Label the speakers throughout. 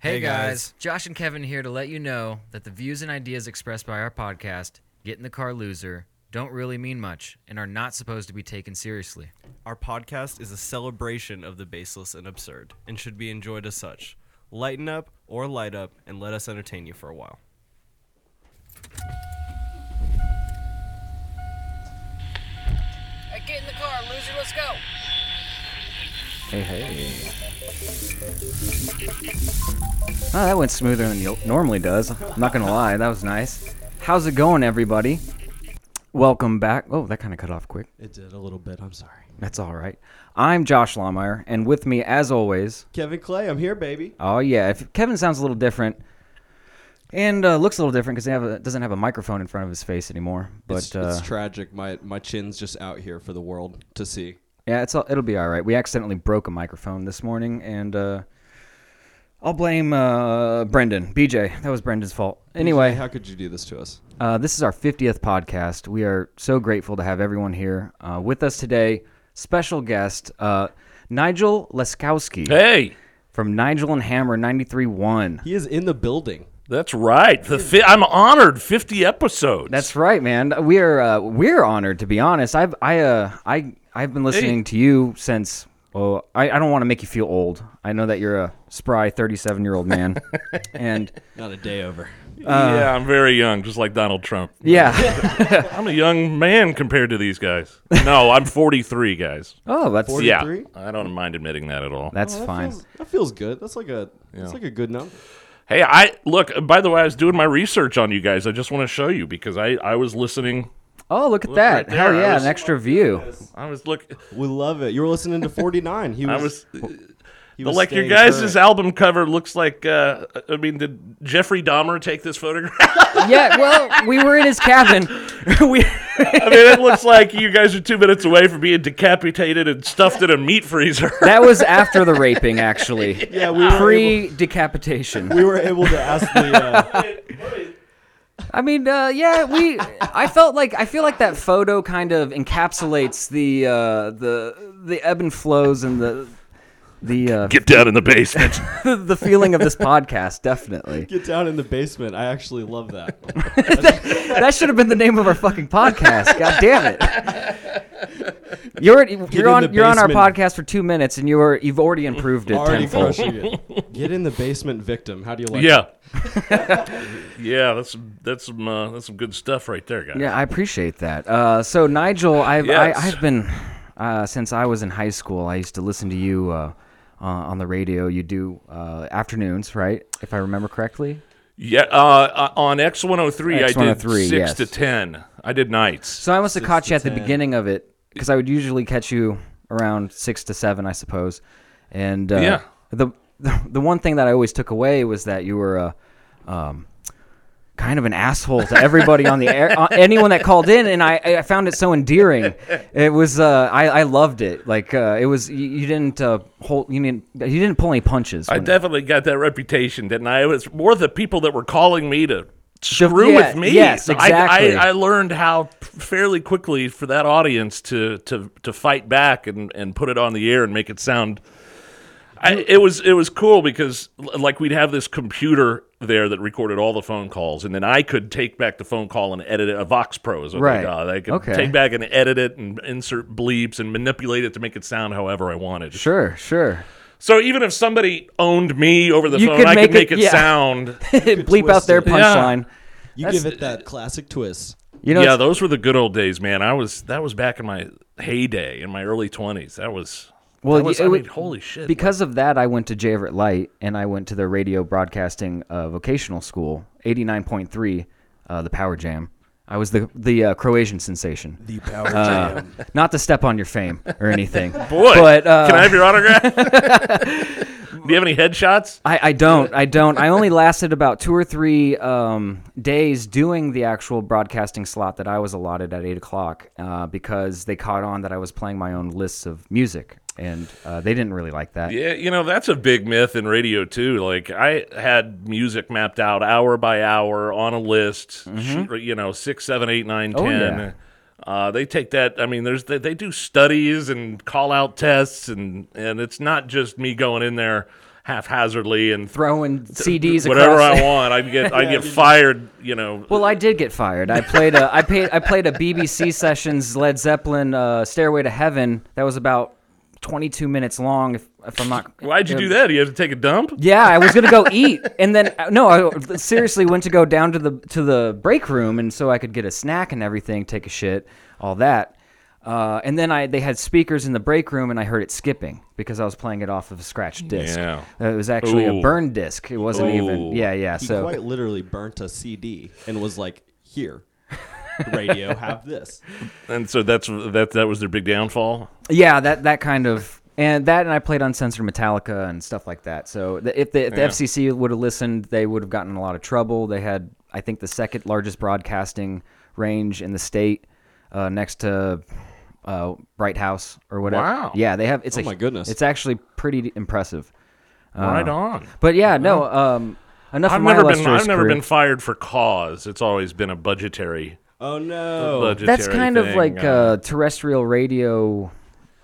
Speaker 1: Hey,
Speaker 2: Hey,
Speaker 1: guys.
Speaker 2: guys.
Speaker 1: Josh and Kevin here to let you know that the views and ideas expressed by our podcast, Get in the Car Loser, don't really mean much and are not supposed to be taken seriously.
Speaker 2: Our podcast is a celebration of the baseless and absurd and should be enjoyed as such. Lighten up or light up and let us entertain you for a while.
Speaker 3: Hey, get in the car, loser. Let's go.
Speaker 4: Hey, hey. Oh, that went smoother than it normally does. I'm not gonna lie, that was nice. How's it going, everybody? Welcome back. Oh, that kind of cut off quick.
Speaker 5: It did a little bit. I'm sorry.
Speaker 4: That's all right. I'm Josh Lawmeyer, and with me, as always,
Speaker 5: Kevin Clay, I'm here, baby.
Speaker 4: oh yeah, if Kevin sounds a little different and uh, looks a little different because he have a, doesn't have a microphone in front of his face anymore. But
Speaker 5: it's,
Speaker 4: uh,
Speaker 5: it's tragic. My my chin's just out here for the world to see.
Speaker 4: Yeah, it's all, it'll be all right. We accidentally broke a microphone this morning, and uh, I'll blame uh, Brendan, BJ. That was Brendan's fault. Anyway,
Speaker 5: how could you do this to us?
Speaker 4: uh, this is our 50th podcast. We are so grateful to have everyone here uh, with us today. Special guest uh, Nigel Leskowski
Speaker 6: Hey,
Speaker 4: from Nigel and Hammer 93.1.
Speaker 5: He is in the building.
Speaker 6: that's right. The fi- I'm honored. Fifty episodes.
Speaker 4: That's right, man. We are uh, we're honored to be honest. I've I uh, I I've been listening to you since. Well, I, I don't want to make you feel old. I know that you're a spry 37 year old man, and
Speaker 5: Not a day over.
Speaker 6: yeah. I'm very young, just like Donald Trump.
Speaker 4: uh, yeah.
Speaker 6: I'm a young man compared to these guys. No, I'm 43, guys.
Speaker 4: Oh, that's
Speaker 6: Yeah,
Speaker 5: 43?
Speaker 6: I don't mind admitting that at all.
Speaker 4: that's
Speaker 5: that
Speaker 4: fine.
Speaker 5: Feels, that feels good. That's like a that's like a good number.
Speaker 6: Hey, I look. uh, By the way, I was doing my research on you guys. I just want to show you because I I was listening.
Speaker 4: Oh, look at
Speaker 6: Look
Speaker 4: that!
Speaker 6: right
Speaker 4: Hell
Speaker 6: there, I
Speaker 4: yeah,
Speaker 6: was-
Speaker 4: an extra view.
Speaker 6: I was look.
Speaker 5: We love it. You were listening to 49. He
Speaker 6: I
Speaker 5: was,
Speaker 6: was.
Speaker 5: he
Speaker 6: The,
Speaker 5: was
Speaker 6: like your
Speaker 5: staying
Speaker 6: guys'
Speaker 5: current.
Speaker 6: album cover looks like. Uh, I mean, did Jeffrey Dahmer take this photograph?
Speaker 4: yeah, well, we were in his cabin. we
Speaker 6: I mean, it looks like you guys are two minutes away from being decapitated and stuffed in a meat freezer.
Speaker 4: that was after the raping, actually.
Speaker 5: Yeah, we were able,
Speaker 4: Pre decapitation.
Speaker 5: we were able to ask the uh,
Speaker 4: I mean, uh, yeah, we. I felt like I feel like that photo kind of encapsulates the uh, the the ebb and flows and the the uh,
Speaker 6: Get down in the basement.
Speaker 4: the feeling of this podcast. Definitely,
Speaker 5: get down in the basement. I actually love that.
Speaker 4: that should have been the name of our fucking podcast. God damn it! You're you're
Speaker 5: in
Speaker 4: on
Speaker 5: the
Speaker 4: you're on our
Speaker 5: basement.
Speaker 4: podcast for two minutes and you're you've already improved it
Speaker 5: Already
Speaker 4: tenfold.
Speaker 5: crushing it. Get in the basement, victim. How do you like? it?
Speaker 6: yeah. yeah, that's that's some uh, that's some good stuff right there, guys.
Speaker 4: Yeah, I appreciate that. Uh, so Nigel, I've
Speaker 6: Yes.
Speaker 4: I, I've been uh, since I was in high school. I used to listen to you uh, uh, on the radio. You do uh, afternoons, right? If I remember correctly.
Speaker 6: Yeah, uh, uh, on X one hundred three, I did
Speaker 4: X103,
Speaker 6: six
Speaker 4: yes.
Speaker 6: to ten. I did nights.
Speaker 4: So I must have caught you at the beginning of it because I would usually catch you around six to seven, I suppose. And uh,
Speaker 6: Yeah.
Speaker 4: the the one thing that I always took away was that you were a. Um, Kind of an asshole to everybody on the air, uh, anyone that called in, and I, I found it so endearing. It was, uh, I, I loved it. Like uh, it was, you, you didn't uh, hold, you didn't, you didn't pull any punches.
Speaker 6: I
Speaker 4: when-
Speaker 6: definitely got that reputation, didn't I? It was more the people that were calling me to screw
Speaker 4: yeah,
Speaker 6: with me.
Speaker 4: yes,
Speaker 6: So I-
Speaker 4: exactly.
Speaker 6: I, I, learned how fairly quickly for that audience to to to fight back and and put it on the air and make it sound I, it was it was cool because l- like we'd have this computer there that recorded all the phone calls, and then I could take back the phone call and edit it. A Vox Pro is what
Speaker 4: Right.
Speaker 6: they got. I could
Speaker 4: Okay.
Speaker 6: take back and edit it and insert bleeps and manipulate it to make it sound however I wanted.
Speaker 4: sure, sure.
Speaker 6: So even if somebody owned me over the
Speaker 4: You
Speaker 6: phone,
Speaker 4: could
Speaker 6: I
Speaker 4: make
Speaker 6: could
Speaker 4: it-
Speaker 6: make it,
Speaker 4: yeah.
Speaker 6: sound.
Speaker 4: Bleep out
Speaker 5: twist
Speaker 4: their
Speaker 5: it. Yeah.
Speaker 4: punchline.
Speaker 5: You give it that classic twist.
Speaker 4: You know,
Speaker 6: yeah,
Speaker 4: it's-
Speaker 6: those were the good old days, man. I was that was back in my heyday in my early twenties. That was
Speaker 4: Well,
Speaker 6: that was,
Speaker 4: you-
Speaker 6: I
Speaker 4: it
Speaker 6: mean,
Speaker 4: would-
Speaker 6: holy shit.
Speaker 4: Because of that, I went to J. Everett Light and I went to the radio broadcasting uh, vocational school, 89.3, uh, the Power Jam. I was the the uh, Croatian sensation. The Power Jam. Not to step on your fame or anything.
Speaker 6: boy,
Speaker 4: but uh,
Speaker 6: can I have your autograph? Do you have any headshots?
Speaker 4: I, I don't. I don't. I only lasted about two or three um, days doing the actual broadcasting slot that I was allotted at eight o'clock uh, because they caught on that I was playing my own lists of music and uh, they didn't really like that.
Speaker 6: Yeah, you know, that's a big myth in radio too. Like I had music mapped out hour by hour on a list, sh- uh, you know, six, seven, eight, nine, ten.
Speaker 4: Mm-hmm. Oh, yeah.
Speaker 6: Uh, they take that. I mean, there's they, they do studies and call out tests, and and it's not just me going in there haphazardly and
Speaker 4: throwing CDs
Speaker 6: whatever
Speaker 4: across.
Speaker 6: I want. I get I get fired. You know.
Speaker 4: Well, I did get fired. I played a I paid I played a BBC Sessions Led Zeppelin uh, Stairway to Heaven that was about 22 minutes long. If, if I'm not, uh,
Speaker 6: Why'd you do that? You have to take a dump.
Speaker 4: Yeah, I was gonna go eat, and then uh, no, I seriously went to go down to the to the break room, and so I could get a snack and everything, take a shit, all that. Uh, and then I they had speakers in the break room, and I heard it skipping because I was playing it off of a scratch disc.
Speaker 6: Yeah.
Speaker 4: Uh, it was actually
Speaker 6: Ooh.
Speaker 4: a burn disc. It wasn't even.
Speaker 6: Ooh.
Speaker 4: Yeah, yeah.
Speaker 5: He
Speaker 4: so
Speaker 5: quite literally burnt a CD and was like, "Here, radio, have this."
Speaker 6: And so that's that. That was their big downfall.
Speaker 4: Yeah, that that kind of and that and I played uncensored Metallica and stuff like that. So the, if the, if the FCC would have listened, they would have gotten in a lot of trouble. They had I think the second largest broadcasting range in the state, uh, next to uh, Bright House or whatever.
Speaker 6: Wow.
Speaker 4: Yeah, they have. It's
Speaker 5: Oh
Speaker 4: a-
Speaker 5: my goodness.
Speaker 4: It's actually pretty impressive. Uh,
Speaker 6: right on.
Speaker 4: But yeah, no. Um, enough
Speaker 6: Uh-huh. I've
Speaker 4: of my
Speaker 6: never been.
Speaker 4: illustrious
Speaker 6: I've never
Speaker 4: career.
Speaker 6: been fired for cause. It's always been a budgetary.
Speaker 5: Oh no!
Speaker 6: budgetary
Speaker 4: That's kind of
Speaker 6: thing,
Speaker 4: like
Speaker 6: uh,
Speaker 4: a terrestrial radio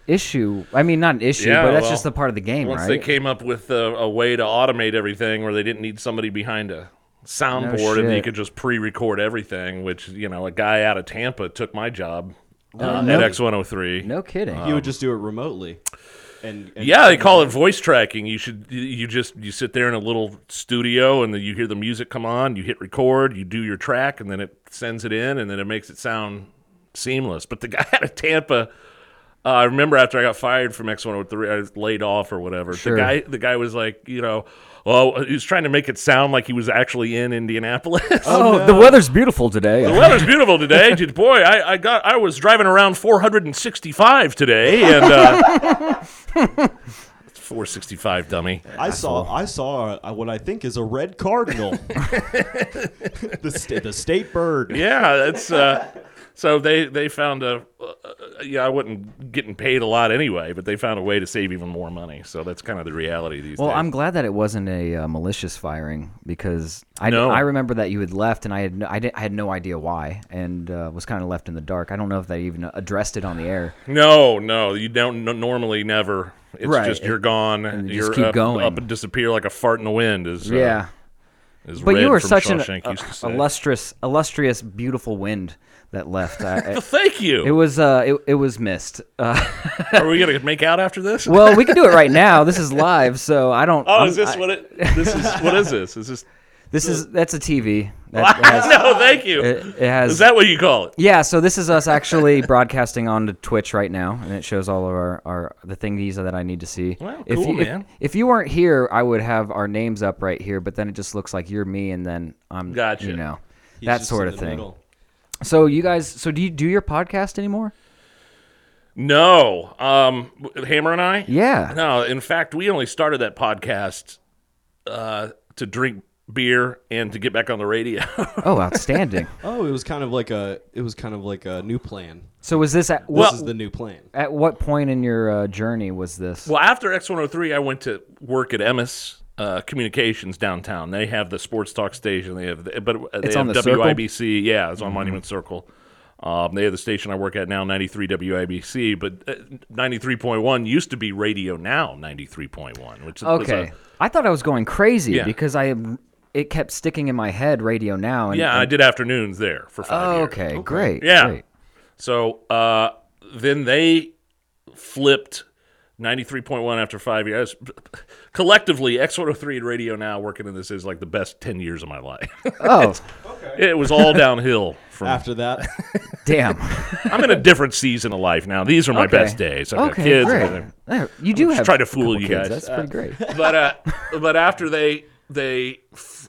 Speaker 4: issue. I mean, not an issue,
Speaker 6: Yeah,
Speaker 4: but that's
Speaker 6: well,
Speaker 4: just the part of the game,
Speaker 6: Once
Speaker 4: right?
Speaker 6: they came up with a, a way to automate everything where they didn't need somebody behind a soundboard and you
Speaker 4: shit.
Speaker 6: could just pre record everything, which, you know, a guy out of Tampa took my job
Speaker 4: Oh,
Speaker 6: uh,
Speaker 5: no.
Speaker 6: at X103.
Speaker 4: no kidding.
Speaker 6: uh,
Speaker 5: you
Speaker 6: um,
Speaker 5: would just do it remotely, and, and
Speaker 6: Yeah, they call it voice tracking. You should you- you just you sit there in a little studio and then you hear the music come on, you hit record, you do your track and then it sends it in and then it makes it sound seamless. But the guy out of Tampa uh, I remember after I got fired from X103, I was laid off or whatever.
Speaker 4: Sure.
Speaker 6: The guy the guy was like, you know, well, he was trying to make it sound like he was actually in Indianapolis.
Speaker 4: Oh, the weather's beautiful today.
Speaker 6: The weather's beautiful today. Dude, boy, I, I got I was driving around 465 today, and uh, 465 dummy.
Speaker 5: I saw I saw uh, what I think is a red cardinal, the sta- the state bird.
Speaker 6: Yeah, that's uh, so they they found a uh, yeah I wasn't getting paid a lot anyway, but they found a way to save even more money. So that's kind of the reality these
Speaker 4: Well,
Speaker 6: days.
Speaker 4: I'm glad that it wasn't a uh, malicious firing because I,
Speaker 6: No.
Speaker 4: I remember that you had left and I had no, I, didn't, I had no idea why and uh, was kind of left in the dark. I don't know if they even addressed it on the air.
Speaker 6: no no you don't n- normally never. It's
Speaker 4: Right.
Speaker 6: just you're gone.
Speaker 4: And you
Speaker 6: you're
Speaker 4: just keep
Speaker 6: up,
Speaker 4: going.
Speaker 6: up and disappear like a fart in the wind. Is uh,
Speaker 4: yeah,
Speaker 6: Is
Speaker 4: but
Speaker 6: Red
Speaker 4: you were
Speaker 6: from
Speaker 4: such an
Speaker 6: Shawshank
Speaker 4: uh,
Speaker 6: used to say.
Speaker 4: illustrious, illustrious, beautiful wind that left. I, I,
Speaker 6: Thank you.
Speaker 4: it was uh, it, it was missed. Uh,
Speaker 6: Are we gonna make out after this?
Speaker 4: well, we can do it right now. This is live, so I don't.
Speaker 6: Oh,
Speaker 4: I'm-
Speaker 6: is this
Speaker 4: I-
Speaker 6: what it? This is what is this? Is this?
Speaker 4: This is that's a TV. That has,
Speaker 6: no, thank you.
Speaker 4: it, it has
Speaker 6: Is that what you call it?
Speaker 4: Yeah, so this is us actually broadcasting onto Twitch right now, and it shows all of our, our the thingies that I need to see.
Speaker 6: Wow,
Speaker 4: if
Speaker 6: cool,
Speaker 4: you, if-
Speaker 6: man.
Speaker 4: If, you weren't here, I would have our names up right here, but then it just looks like you're me, and then I'm
Speaker 6: Gotcha.
Speaker 4: You know,
Speaker 5: He's
Speaker 4: that
Speaker 5: just
Speaker 4: sort
Speaker 5: in
Speaker 4: of
Speaker 5: the
Speaker 4: thing.
Speaker 5: middle.
Speaker 4: So you guys, so do you do your podcast anymore?
Speaker 6: No, um, w- Hammer and I.
Speaker 4: Yeah.
Speaker 6: No, in fact, we only started that podcast uh, to drink beer and to get back on the radio.
Speaker 4: Oh, outstanding.
Speaker 5: Oh, it was kind of like a it was kind of like a new plan.
Speaker 4: so was this at
Speaker 5: This
Speaker 4: what
Speaker 5: is the new plan.
Speaker 4: at what point in your uh, journey was this?
Speaker 6: well, after X one hundred three, I went to work at Emmis. Uh, communications downtown. They have the sports talk station. They have, the, but uh, they
Speaker 4: It's on
Speaker 6: have
Speaker 4: the circle? Mm-hmm.
Speaker 6: WIBC. Yeah, it's on Monument Circle. Um, they have the station I work at now, ninety three WIBC. But uh, ninety three point one used to be Radio Now ninety three point one, which was a-
Speaker 4: okay, I thought I was going crazy
Speaker 6: Yeah.
Speaker 4: because I it kept sticking in my head. Radio now. And,
Speaker 6: yeah, I
Speaker 4: and- Oh,
Speaker 6: did afternoons there for five years.
Speaker 4: okay, great.
Speaker 6: Yeah.
Speaker 4: great.
Speaker 6: So uh, then they flipped 93.1 after five years. Collectively, X103 and Radio Now working in this is like the best 10 years of my life.
Speaker 4: Oh,
Speaker 6: it was all downhill from.
Speaker 5: After that,
Speaker 4: damn.
Speaker 6: I'm in a different season of life now. These are my best days. I've got kids. I've got-
Speaker 4: Great. Yeah, You do
Speaker 6: just
Speaker 4: have
Speaker 6: trying to fool
Speaker 4: couple
Speaker 6: you
Speaker 4: kids.
Speaker 6: guys.
Speaker 4: That's pretty great.
Speaker 6: but uh, but after they they f-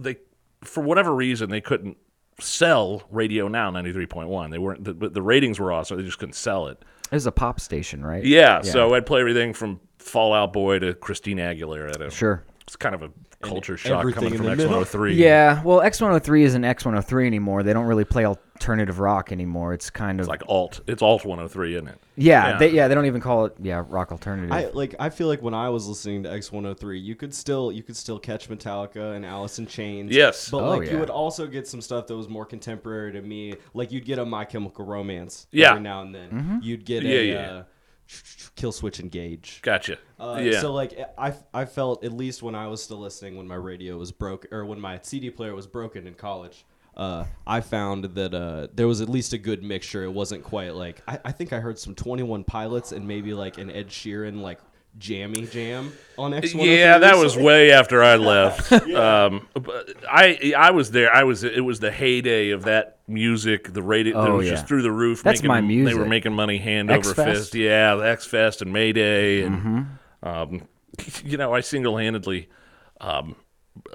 Speaker 6: they for whatever reason they couldn't sell Radio Now 93.1. They weren't the, the ratings were awesome. They just couldn't sell it.
Speaker 4: It was a pop station, right?
Speaker 6: Yeah, so I'd play everything from Fallout Boy to Christina Aguilera. To,
Speaker 4: Sure.
Speaker 6: It's kind of a culture shock
Speaker 5: everything
Speaker 6: coming
Speaker 5: in
Speaker 6: from
Speaker 5: the middle.
Speaker 6: X103.
Speaker 4: Yeah. Well, X103 isn't X103 anymore. They don't really play alternative rock anymore. It's kind of
Speaker 6: Like alt, it's alt 103, isn't it?
Speaker 4: yeah,
Speaker 6: yeah.
Speaker 4: They, yeah. They don't even call it yeah rock alternative.
Speaker 5: I like I feel like when I was listening to X103, you could still you could still catch Metallica and Alice in Chains.
Speaker 6: Yes.
Speaker 5: but
Speaker 4: Oh,
Speaker 5: like
Speaker 4: yeah.
Speaker 5: you would also get some stuff that was more contemporary to me. Like you'd get a My Chemical Romance
Speaker 6: Yeah. Mm-hmm.
Speaker 5: every now and then. You'd get
Speaker 6: Yeah,
Speaker 5: a
Speaker 6: yeah.
Speaker 5: Uh, kill switch engage.
Speaker 6: Gotcha.
Speaker 5: Uh,
Speaker 6: yeah.
Speaker 5: So like I, I felt at least when I was still listening when my radio was broke or when my CD player was broken in college, uh, I found that uh, there was at least a good mixture. It wasn't quite like I, I think I heard some Twenty One Pilots and maybe like an Ed Sheeran like jammy jam on X. oh
Speaker 6: yeah, that was way after I left. um, but I I was there. I was. It was the heyday of that music. The radio that
Speaker 4: Oh,
Speaker 6: was just
Speaker 4: yeah.
Speaker 6: through the roof.
Speaker 4: That's
Speaker 6: making,
Speaker 4: my
Speaker 6: They were
Speaker 4: music.
Speaker 6: making money hand over
Speaker 4: X-Fest. Mm-hmm.
Speaker 6: fist. Yeah, the X Fest and Mayday, and um, you know, I single handedly um,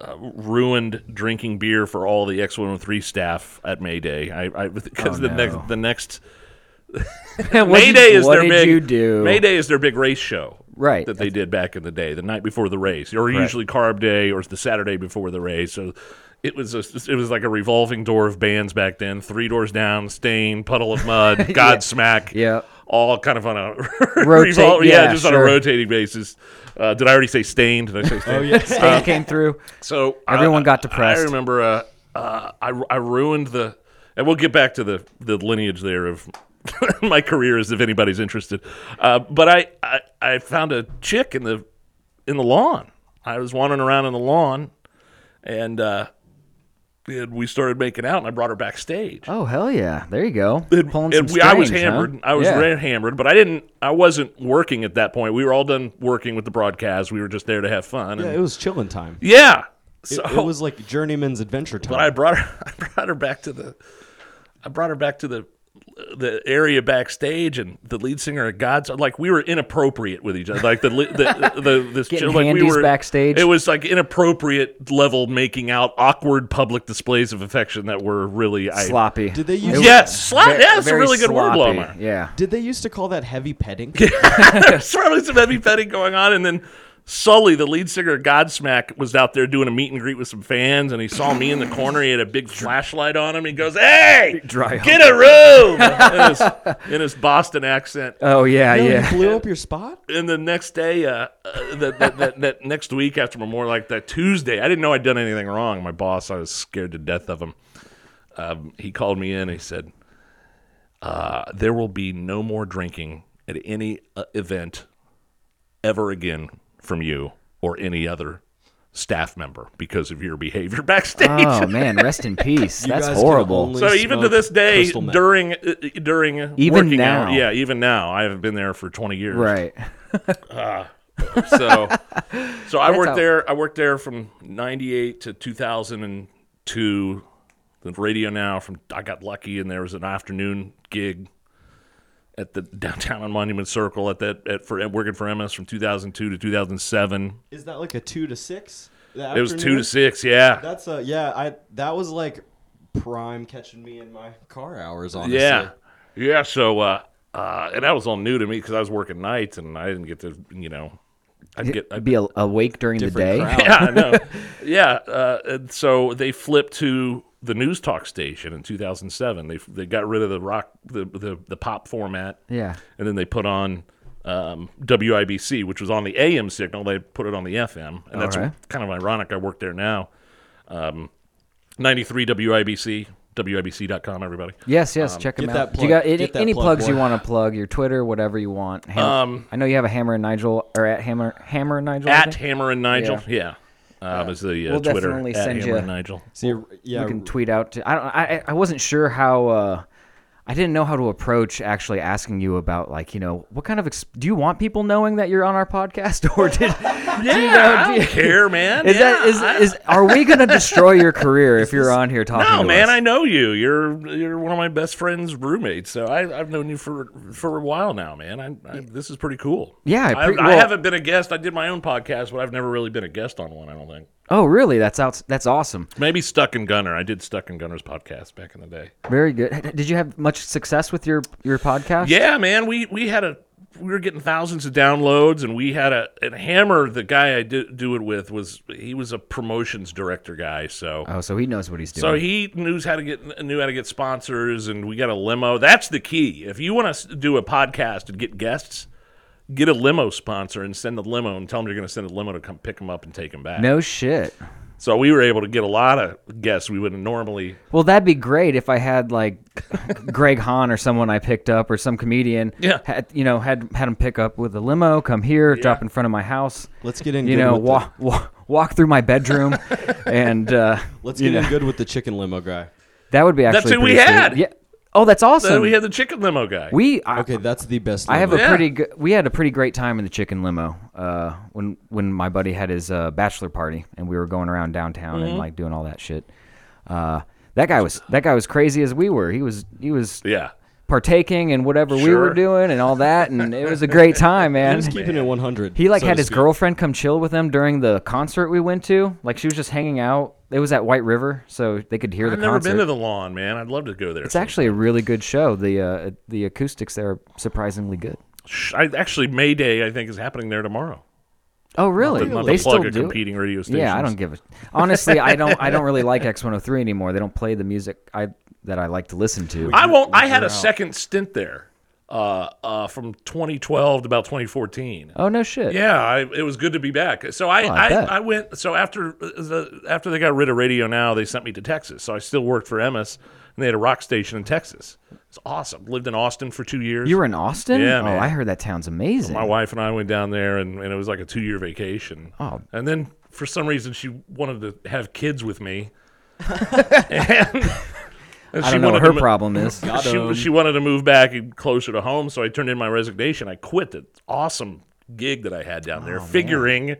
Speaker 6: uh, ruined drinking beer for all the X one hundred three staff at Mayday. I because the
Speaker 4: Oh, no.
Speaker 6: next the next
Speaker 4: What did-
Speaker 6: Mayday is
Speaker 4: what
Speaker 6: their
Speaker 4: did
Speaker 6: big
Speaker 4: you do?
Speaker 6: Mayday is their big race show.
Speaker 4: Right.
Speaker 6: That they did back in the day, the night before the race, or usually carb day or the Saturday before the race. So it was a, it was like a revolving door of bands back then. Three doors down, Stain, Puddle of Mud, Godsmack.
Speaker 4: Yeah.
Speaker 6: All kind of on a
Speaker 4: Rotate-
Speaker 6: revol- yeah,
Speaker 4: yeah,
Speaker 6: just on a
Speaker 4: sure.
Speaker 6: rotating basis. Uh, did I already say Stain? Did I say Stain? Uh,
Speaker 4: Stain came through.
Speaker 6: So uh,
Speaker 4: Everyone got
Speaker 6: I-
Speaker 4: depressed.
Speaker 6: I remember uh, uh, I, I ruined the, and we'll get back to the, the lineage there of my career, as if anybody's interested. Uh, but I, I I found a chick in the in the lawn. I was wandering around in the lawn, and uh, and we started making out, and I brought her backstage.
Speaker 4: Oh hell yeah! There you go.
Speaker 6: And-
Speaker 4: Pulling
Speaker 6: and
Speaker 4: some
Speaker 6: we- I was
Speaker 4: strings, huh?
Speaker 6: hammered. I was
Speaker 4: Yeah.
Speaker 6: red hammered, but I didn't. I wasn't working at that point. We were all done working with the broadcast. We were just there to have fun.
Speaker 5: Yeah,
Speaker 6: and-
Speaker 5: it was chilling time.
Speaker 6: yeah.
Speaker 5: It,
Speaker 6: So
Speaker 5: it was like journeyman's adventure time.
Speaker 6: but I brought her. I brought her back to the. I brought her back to the the area backstage, and the lead singer of God's like we were inappropriate with each other. Like the li- the the, the this
Speaker 4: Getting
Speaker 6: like we
Speaker 4: handies
Speaker 6: were
Speaker 4: backstage.
Speaker 6: It was like inappropriate level making out, awkward public displays of affection that were really I,
Speaker 4: sloppy.
Speaker 5: did they
Speaker 4: It
Speaker 5: use
Speaker 4: was
Speaker 6: Yes, slap.
Speaker 4: ve-
Speaker 6: yeah, that's a
Speaker 4: very
Speaker 6: really good word,
Speaker 4: sloppy.
Speaker 6: Blomar.
Speaker 4: Yeah.
Speaker 5: did they used to call that heavy petting?
Speaker 6: There's probably some heavy petting going on, and then. Sully, the lead singer of Godsmack, was out there doing a meet and greet with some fans, and he saw me in the corner. He had a big flashlight on him. He goes, "Hey,
Speaker 4: Dry hump.
Speaker 6: get a room!" in, his, in his Boston accent.
Speaker 4: Oh yeah,
Speaker 5: You
Speaker 4: yeah.
Speaker 5: blew up your spot.
Speaker 6: And the next day, uh, uh, that, that, that, that next week after Memorial, like that Tuesday, I didn't know I'd done anything wrong. My boss, I was scared to death of him. Um, he called me in. He said, uh, "There will be no more drinking at any uh, event ever again from you or any other staff member because of your behavior backstage."
Speaker 4: Oh man, rest in peace. That's
Speaker 5: guys can
Speaker 4: horrible.
Speaker 5: only
Speaker 6: So even to
Speaker 5: smoke
Speaker 6: this day,
Speaker 5: crystal meth.
Speaker 6: during uh, during
Speaker 4: Even
Speaker 6: working
Speaker 4: now.
Speaker 6: hour- yeah, even now, I have been there for twenty years,
Speaker 4: Right.
Speaker 6: So, so I worked
Speaker 4: how-
Speaker 6: there. I worked there from '98 to 2002. The radio now. From I got lucky, and there was an afternoon gig at the downtown on Monument Circle at that at for at working for MS from 2002 to 2007.
Speaker 5: Is that like a two to six? The
Speaker 6: It was two
Speaker 5: afternoon?
Speaker 6: to six. Yeah,
Speaker 5: That's a yeah. I that was like prime catching me in my car hours. Honestly,
Speaker 6: yeah, yeah. So, uh, uh, and that was all new to me because I was working nights, and I didn't get to you know. I'd get I'd
Speaker 4: Be a- awake during the
Speaker 5: Different
Speaker 4: day.
Speaker 5: crowd.
Speaker 6: yeah, I know. Yeah, uh, and so they flipped to the news talk station in 2007. They they got rid of the rock the the, the pop format.
Speaker 4: Yeah.
Speaker 6: and then they put on um, WIBC, which was on the AM signal. They put it on the FM, and that's
Speaker 4: Alright.
Speaker 6: kind of ironic. I work there now. Um, 93 WIBC, WIBC.com. Everybody.
Speaker 4: Yes, yes. check them
Speaker 5: Get
Speaker 4: out.
Speaker 5: that
Speaker 4: Do you
Speaker 5: plug.
Speaker 4: got any,
Speaker 5: Get that
Speaker 4: any
Speaker 5: plug,
Speaker 4: plugs you
Speaker 5: boy.
Speaker 4: want to plug? Your Twitter, whatever you want. Ham- I know you have a hammer and Nigel or at hammer hammer and Nigel. I
Speaker 6: At
Speaker 4: think?
Speaker 6: Hammer and Nigel. Yeah. Um, is the uh,
Speaker 4: We'll
Speaker 6: Twitter
Speaker 4: definitely
Speaker 6: at
Speaker 4: send
Speaker 6: Hammer
Speaker 4: ya-
Speaker 6: and Nigel.
Speaker 5: So you're, yeah.
Speaker 4: you can tweet out. To, I don't. I I- I wasn't sure how. Uh, I didn't know how to approach actually asking you about like you know what kind of ex- do you want people knowing that you're on our podcast or did do you know,
Speaker 6: I
Speaker 4: do
Speaker 6: don't
Speaker 4: you-
Speaker 6: care, man.
Speaker 4: Is
Speaker 6: Yeah, I-
Speaker 4: that is, is are we gonna destroy your career if you're on here talking?
Speaker 6: No,
Speaker 4: to
Speaker 6: man,
Speaker 4: us?
Speaker 6: I know you. You're you're one of my best friends' roommates, so I, I've known you for for a while now, man. I, I, this is pretty cool.
Speaker 4: Yeah, I
Speaker 6: I,
Speaker 4: pre-
Speaker 6: I
Speaker 4: well-
Speaker 6: haven't been a guest. I did my own podcast, but I've never really been a guest on one. I don't think.
Speaker 4: Oh, really? That's out. That's awesome.
Speaker 6: Maybe Stuck and Gunner. I did Stuck and Gunner's podcast back in the day.
Speaker 4: Very good. H- Did you have much success with your your podcast?
Speaker 6: Yeah, man, we we had a we were getting thousands of downloads, and we had a and Hammer, the guy I do, do it with, was he was a promotions director guy, so.
Speaker 4: Oh, so he knows what he's doing.
Speaker 6: So he knew how to get knew how to get sponsors, and we got a limo. That's the key. If you want to do a podcast and get guests, get a limo sponsor and send the limo and tell them you're going to send a limo to come pick them up and take them back.
Speaker 4: no shit.
Speaker 6: So we were able to get a lot of guests we wouldn't normally.
Speaker 4: Well, that'd be great if I had like Greg Hahn or someone I picked up or some comedian.
Speaker 6: Yeah.
Speaker 4: Had, you know, had had him pick up with a limo, come here, drop in front of my house.
Speaker 5: Let's get in
Speaker 4: You
Speaker 5: good
Speaker 4: know,
Speaker 5: with the-
Speaker 4: walk, walk walk through my bedroom, and uh,
Speaker 5: Let's
Speaker 4: you
Speaker 5: get in
Speaker 4: know,
Speaker 5: good with the chicken limo guy.
Speaker 4: That would be actually
Speaker 6: who we
Speaker 4: pretty sweet.
Speaker 6: had.
Speaker 4: Yeah. Oh, that's awesome.
Speaker 6: Then we had the chicken limo guy.
Speaker 4: We- I,
Speaker 5: Okay, that's the best.
Speaker 4: I have
Speaker 5: limo.
Speaker 4: a
Speaker 6: Yeah.
Speaker 4: pretty good. We had a pretty great time in the chicken limo uh, when when my buddy had his uh, bachelor party and we were going around downtown
Speaker 6: Mm-hmm.
Speaker 4: and like doing all that shit. Uh, that guy was that guy was crazy as we were. He was he was
Speaker 6: yeah.
Speaker 4: partaking in whatever we were
Speaker 6: Sure.
Speaker 4: doing and all that, and it was a great time,
Speaker 5: He
Speaker 4: man.
Speaker 5: was keeping it 100.
Speaker 4: He like
Speaker 5: so
Speaker 4: had
Speaker 5: to
Speaker 4: his
Speaker 5: speak.
Speaker 4: girlfriend come chill with him during the concert we went to. Like she was just hanging out. It was at White River, so they could hear
Speaker 6: I've
Speaker 4: the
Speaker 6: never
Speaker 4: concert.
Speaker 6: been to the lawn, man. I'd love to go there.
Speaker 4: it's actually a really good show. The uh, the acoustics there are surprisingly good.
Speaker 6: Sh- I, actually May Day. I think is happening there tomorrow.
Speaker 4: Oh, really?
Speaker 6: Not to
Speaker 4: They
Speaker 6: plug
Speaker 4: still
Speaker 6: a
Speaker 4: do. it?
Speaker 6: competing radio station.
Speaker 4: Yeah, I don't give a. Honestly, I don't. I don't really like X103 anymore. They don't play the music I that I like to listen to.
Speaker 6: I won't. I had a second stint there, uh, uh, from 2012 to about 2014.
Speaker 4: oh no shit.
Speaker 6: Yeah, I, it was good to be back. So I,
Speaker 4: I
Speaker 6: I,
Speaker 4: bet.
Speaker 6: I, went. So after uh, the after they got rid of radio, now they sent me to Texas. So I still worked for Emmis, and they had a rock station in Texas. It's awesome. Lived in Austin for two years.
Speaker 4: You were in Austin.
Speaker 6: Yeah,
Speaker 4: oh,
Speaker 6: man. Oh,
Speaker 4: I heard that town's amazing.
Speaker 6: My wife and I went down there, and, and it was like a two year vacation.
Speaker 4: Oh.
Speaker 6: And then for some reason, she wanted to have kids with me. and, and
Speaker 4: I don't know what
Speaker 6: wanted
Speaker 4: her
Speaker 6: to mo-
Speaker 4: problem is.
Speaker 6: She, she wanted to move back and closer to home, so I turned in my resignation. I quit the awesome gig that I had down
Speaker 4: Oh,
Speaker 6: there, figuring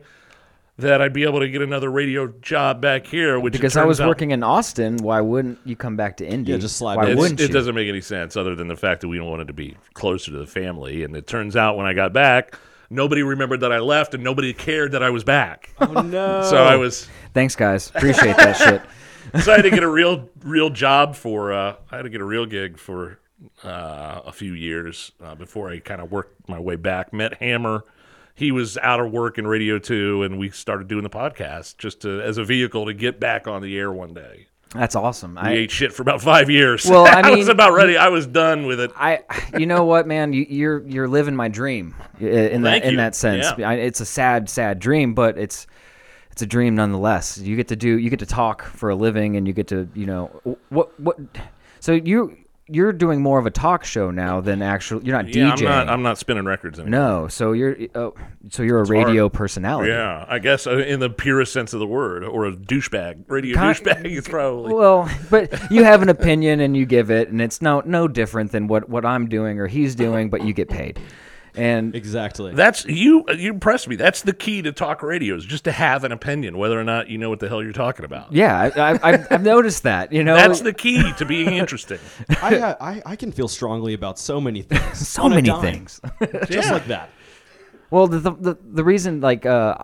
Speaker 6: that I'd be able to get another radio job back here, which it
Speaker 4: Because I
Speaker 6: turns
Speaker 4: was
Speaker 6: out-
Speaker 4: working in Austin, why wouldn't you come back to Indy?
Speaker 5: Yeah, just slide
Speaker 4: Why
Speaker 5: back.
Speaker 6: It's-
Speaker 4: wouldn't
Speaker 6: it
Speaker 4: you?
Speaker 6: doesn't make any sense other than the fact that we wanted to be closer to the family. And it turns out when I got back, nobody remembered that I left and nobody cared that I was back.
Speaker 5: Oh, no.
Speaker 6: so I was
Speaker 4: Thanks, guys. Appreciate that shit.
Speaker 6: so I had to get a real real job for uh, I had to get a real gig for uh, a few years uh, before I kind of worked my way back. Met Hammer. He was out of work in radio too, and we started doing the podcast just to, as a vehicle to get back on the air one day.
Speaker 4: That's awesome.
Speaker 6: We
Speaker 4: I,
Speaker 6: ate shit for about five years.
Speaker 4: Well, I
Speaker 6: was
Speaker 4: mean-
Speaker 6: about ready. I was done with it.
Speaker 4: I, you know what, man, you, you're you're living my dream i- in that
Speaker 6: thank
Speaker 4: in
Speaker 6: you.
Speaker 4: that sense.
Speaker 6: Yeah.
Speaker 4: I, it's a sad, sad dream, but it's it's a dream nonetheless. You get to do, you get to talk for a living, and you get to, you know, wh- what what. So you you're doing more of a talk show now than actual. You're not
Speaker 6: Yeah, I'm
Speaker 4: DJing.
Speaker 6: not. I'm not spinning records anymore.
Speaker 4: no, so you're oh, so you're a radio personality.
Speaker 6: Yeah, I guess uh, in the purest sense of the word, or a douchebag, radio
Speaker 4: Kind-
Speaker 6: douchebag is probably.
Speaker 4: Well, but you have an opinion and you give it, and it's no no different than what what I'm doing or he's doing, but you get paid. And
Speaker 5: Exactly.
Speaker 6: That's you. You impressed me. That's the key to talk radio is just to have an opinion, whether or not you know what the hell you're talking about.
Speaker 4: yeah, I, I, I've, I've noticed that. You know,
Speaker 6: That's the key to being interesting.
Speaker 5: I, uh, I I can feel strongly about so many things.
Speaker 4: so
Speaker 5: on a
Speaker 4: many
Speaker 5: dime,
Speaker 4: things.
Speaker 5: just like that.
Speaker 4: Well, the the, the, the reason like uh,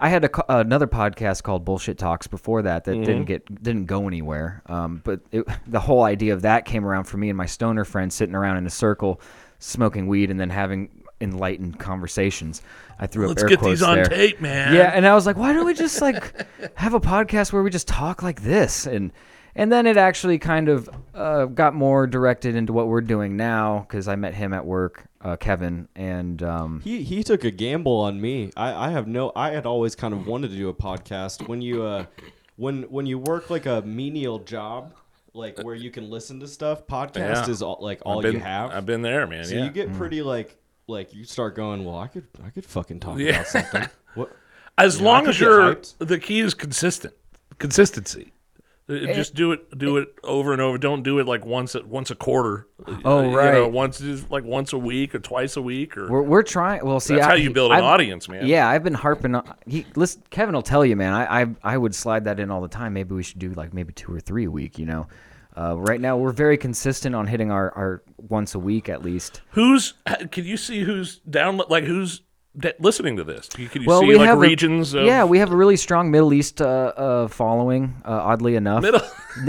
Speaker 4: I had a, co- another podcast called Bullshit Talks before that that
Speaker 6: Mm-hmm.
Speaker 4: didn't get didn't go anywhere. Um, but it, the whole idea of that came around for me and my stoner friends sitting around in a circle, smoking weed and then having enlightened conversations. I threw
Speaker 6: Let's
Speaker 4: up air
Speaker 6: get
Speaker 4: quotes
Speaker 6: these on
Speaker 4: there.
Speaker 6: tape, man.
Speaker 4: Yeah, and I was like, why don't we just like have a podcast where we just talk like this? And and then it actually kind of uh, got more directed into what we're doing now because I met him at work, uh, Kevin, and um,
Speaker 5: He he took a gamble on me. I, I have no. I had always kind of wanted to do a podcast. When you uh, when when you work like a menial job, like where you can listen to stuff, podcast
Speaker 6: Yeah.
Speaker 5: is all, like
Speaker 6: I've
Speaker 5: all
Speaker 6: been,
Speaker 5: you have.
Speaker 6: I've been there, man.
Speaker 5: so
Speaker 6: yeah.
Speaker 5: you get
Speaker 4: Mm.
Speaker 5: pretty like like you start going. Well, I could I could fucking talk
Speaker 6: Yeah.
Speaker 5: about something. What?
Speaker 6: as
Speaker 5: Yeah, I
Speaker 6: long
Speaker 5: could
Speaker 6: as
Speaker 5: get
Speaker 6: you're,
Speaker 5: hyped.
Speaker 6: the key is consistent. Consistency. Uh, Just do it, do it over and over. Don't do it like once, a, once a quarter. Uh,
Speaker 4: Oh,
Speaker 6: you
Speaker 4: right.
Speaker 6: know, once just like once a week or twice a week or.
Speaker 4: we're we're trying. Well, see,
Speaker 6: that's
Speaker 4: I-
Speaker 6: how you build an
Speaker 4: I've-
Speaker 6: audience, man.
Speaker 4: Yeah, I've been harping on. He, listen, Kevin will tell you, man. I, I I would slide that in all the time. Maybe we should do like maybe two or three a week. You know, uh, right now we're very consistent on hitting our, our once a week at least.
Speaker 6: Who's? Can you see who's download? Like who's d- listening to this? Can you, can you see
Speaker 4: we
Speaker 6: like
Speaker 4: have a-
Speaker 6: regions? of,
Speaker 4: yeah, we have a really strong Middle East uh, uh, following. Uh, oddly enough,
Speaker 6: Middle-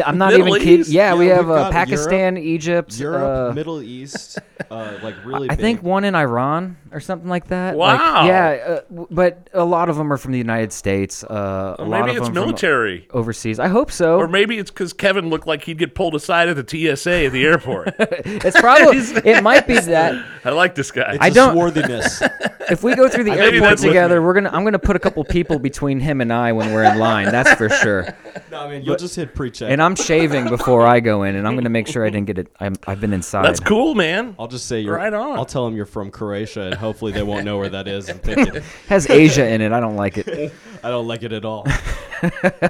Speaker 4: I'm not
Speaker 6: Middle
Speaker 4: even kidding.
Speaker 6: East?
Speaker 4: Yeah, we
Speaker 5: Yeah,
Speaker 4: have
Speaker 5: we've
Speaker 4: uh,
Speaker 5: got
Speaker 4: Pakistan, Egypt.
Speaker 5: Europe,
Speaker 4: uh,
Speaker 5: Middle East, uh, like really.
Speaker 4: I
Speaker 5: big.
Speaker 4: think one in Iran or something like that. Like,
Speaker 6: Wow.
Speaker 4: yeah, uh, w- but a lot of them are from the United States. Uh, a
Speaker 6: Or
Speaker 4: lot
Speaker 6: maybe
Speaker 4: of
Speaker 6: it's
Speaker 4: them from
Speaker 6: military,
Speaker 4: overseas. I hope so.
Speaker 6: or maybe it's because Kevin looked like he'd get pulled aside at the TSA at the airport.
Speaker 4: It's probably it might be that
Speaker 6: I like this guy.
Speaker 5: it's
Speaker 4: don't-
Speaker 5: a swarthiness.
Speaker 4: if we go through the
Speaker 6: think
Speaker 4: airport
Speaker 6: that's what-
Speaker 4: together, we're gonna I'm gonna put a couple people between him and I when we're in line. That's for sure.
Speaker 5: No, I mean, you'll just hit pre-check.
Speaker 4: And I'm shaving before I go in, and I'm gonna make sure I didn't get it. I'm, I've been inside.
Speaker 6: That's cool, man.
Speaker 5: I'll just say you're
Speaker 6: Right on.
Speaker 5: I'll tell them you're from Croatia, and hopefully they won't know where that is. And think it,
Speaker 4: Has Asia in it. I don't like it.
Speaker 5: I don't like it at all.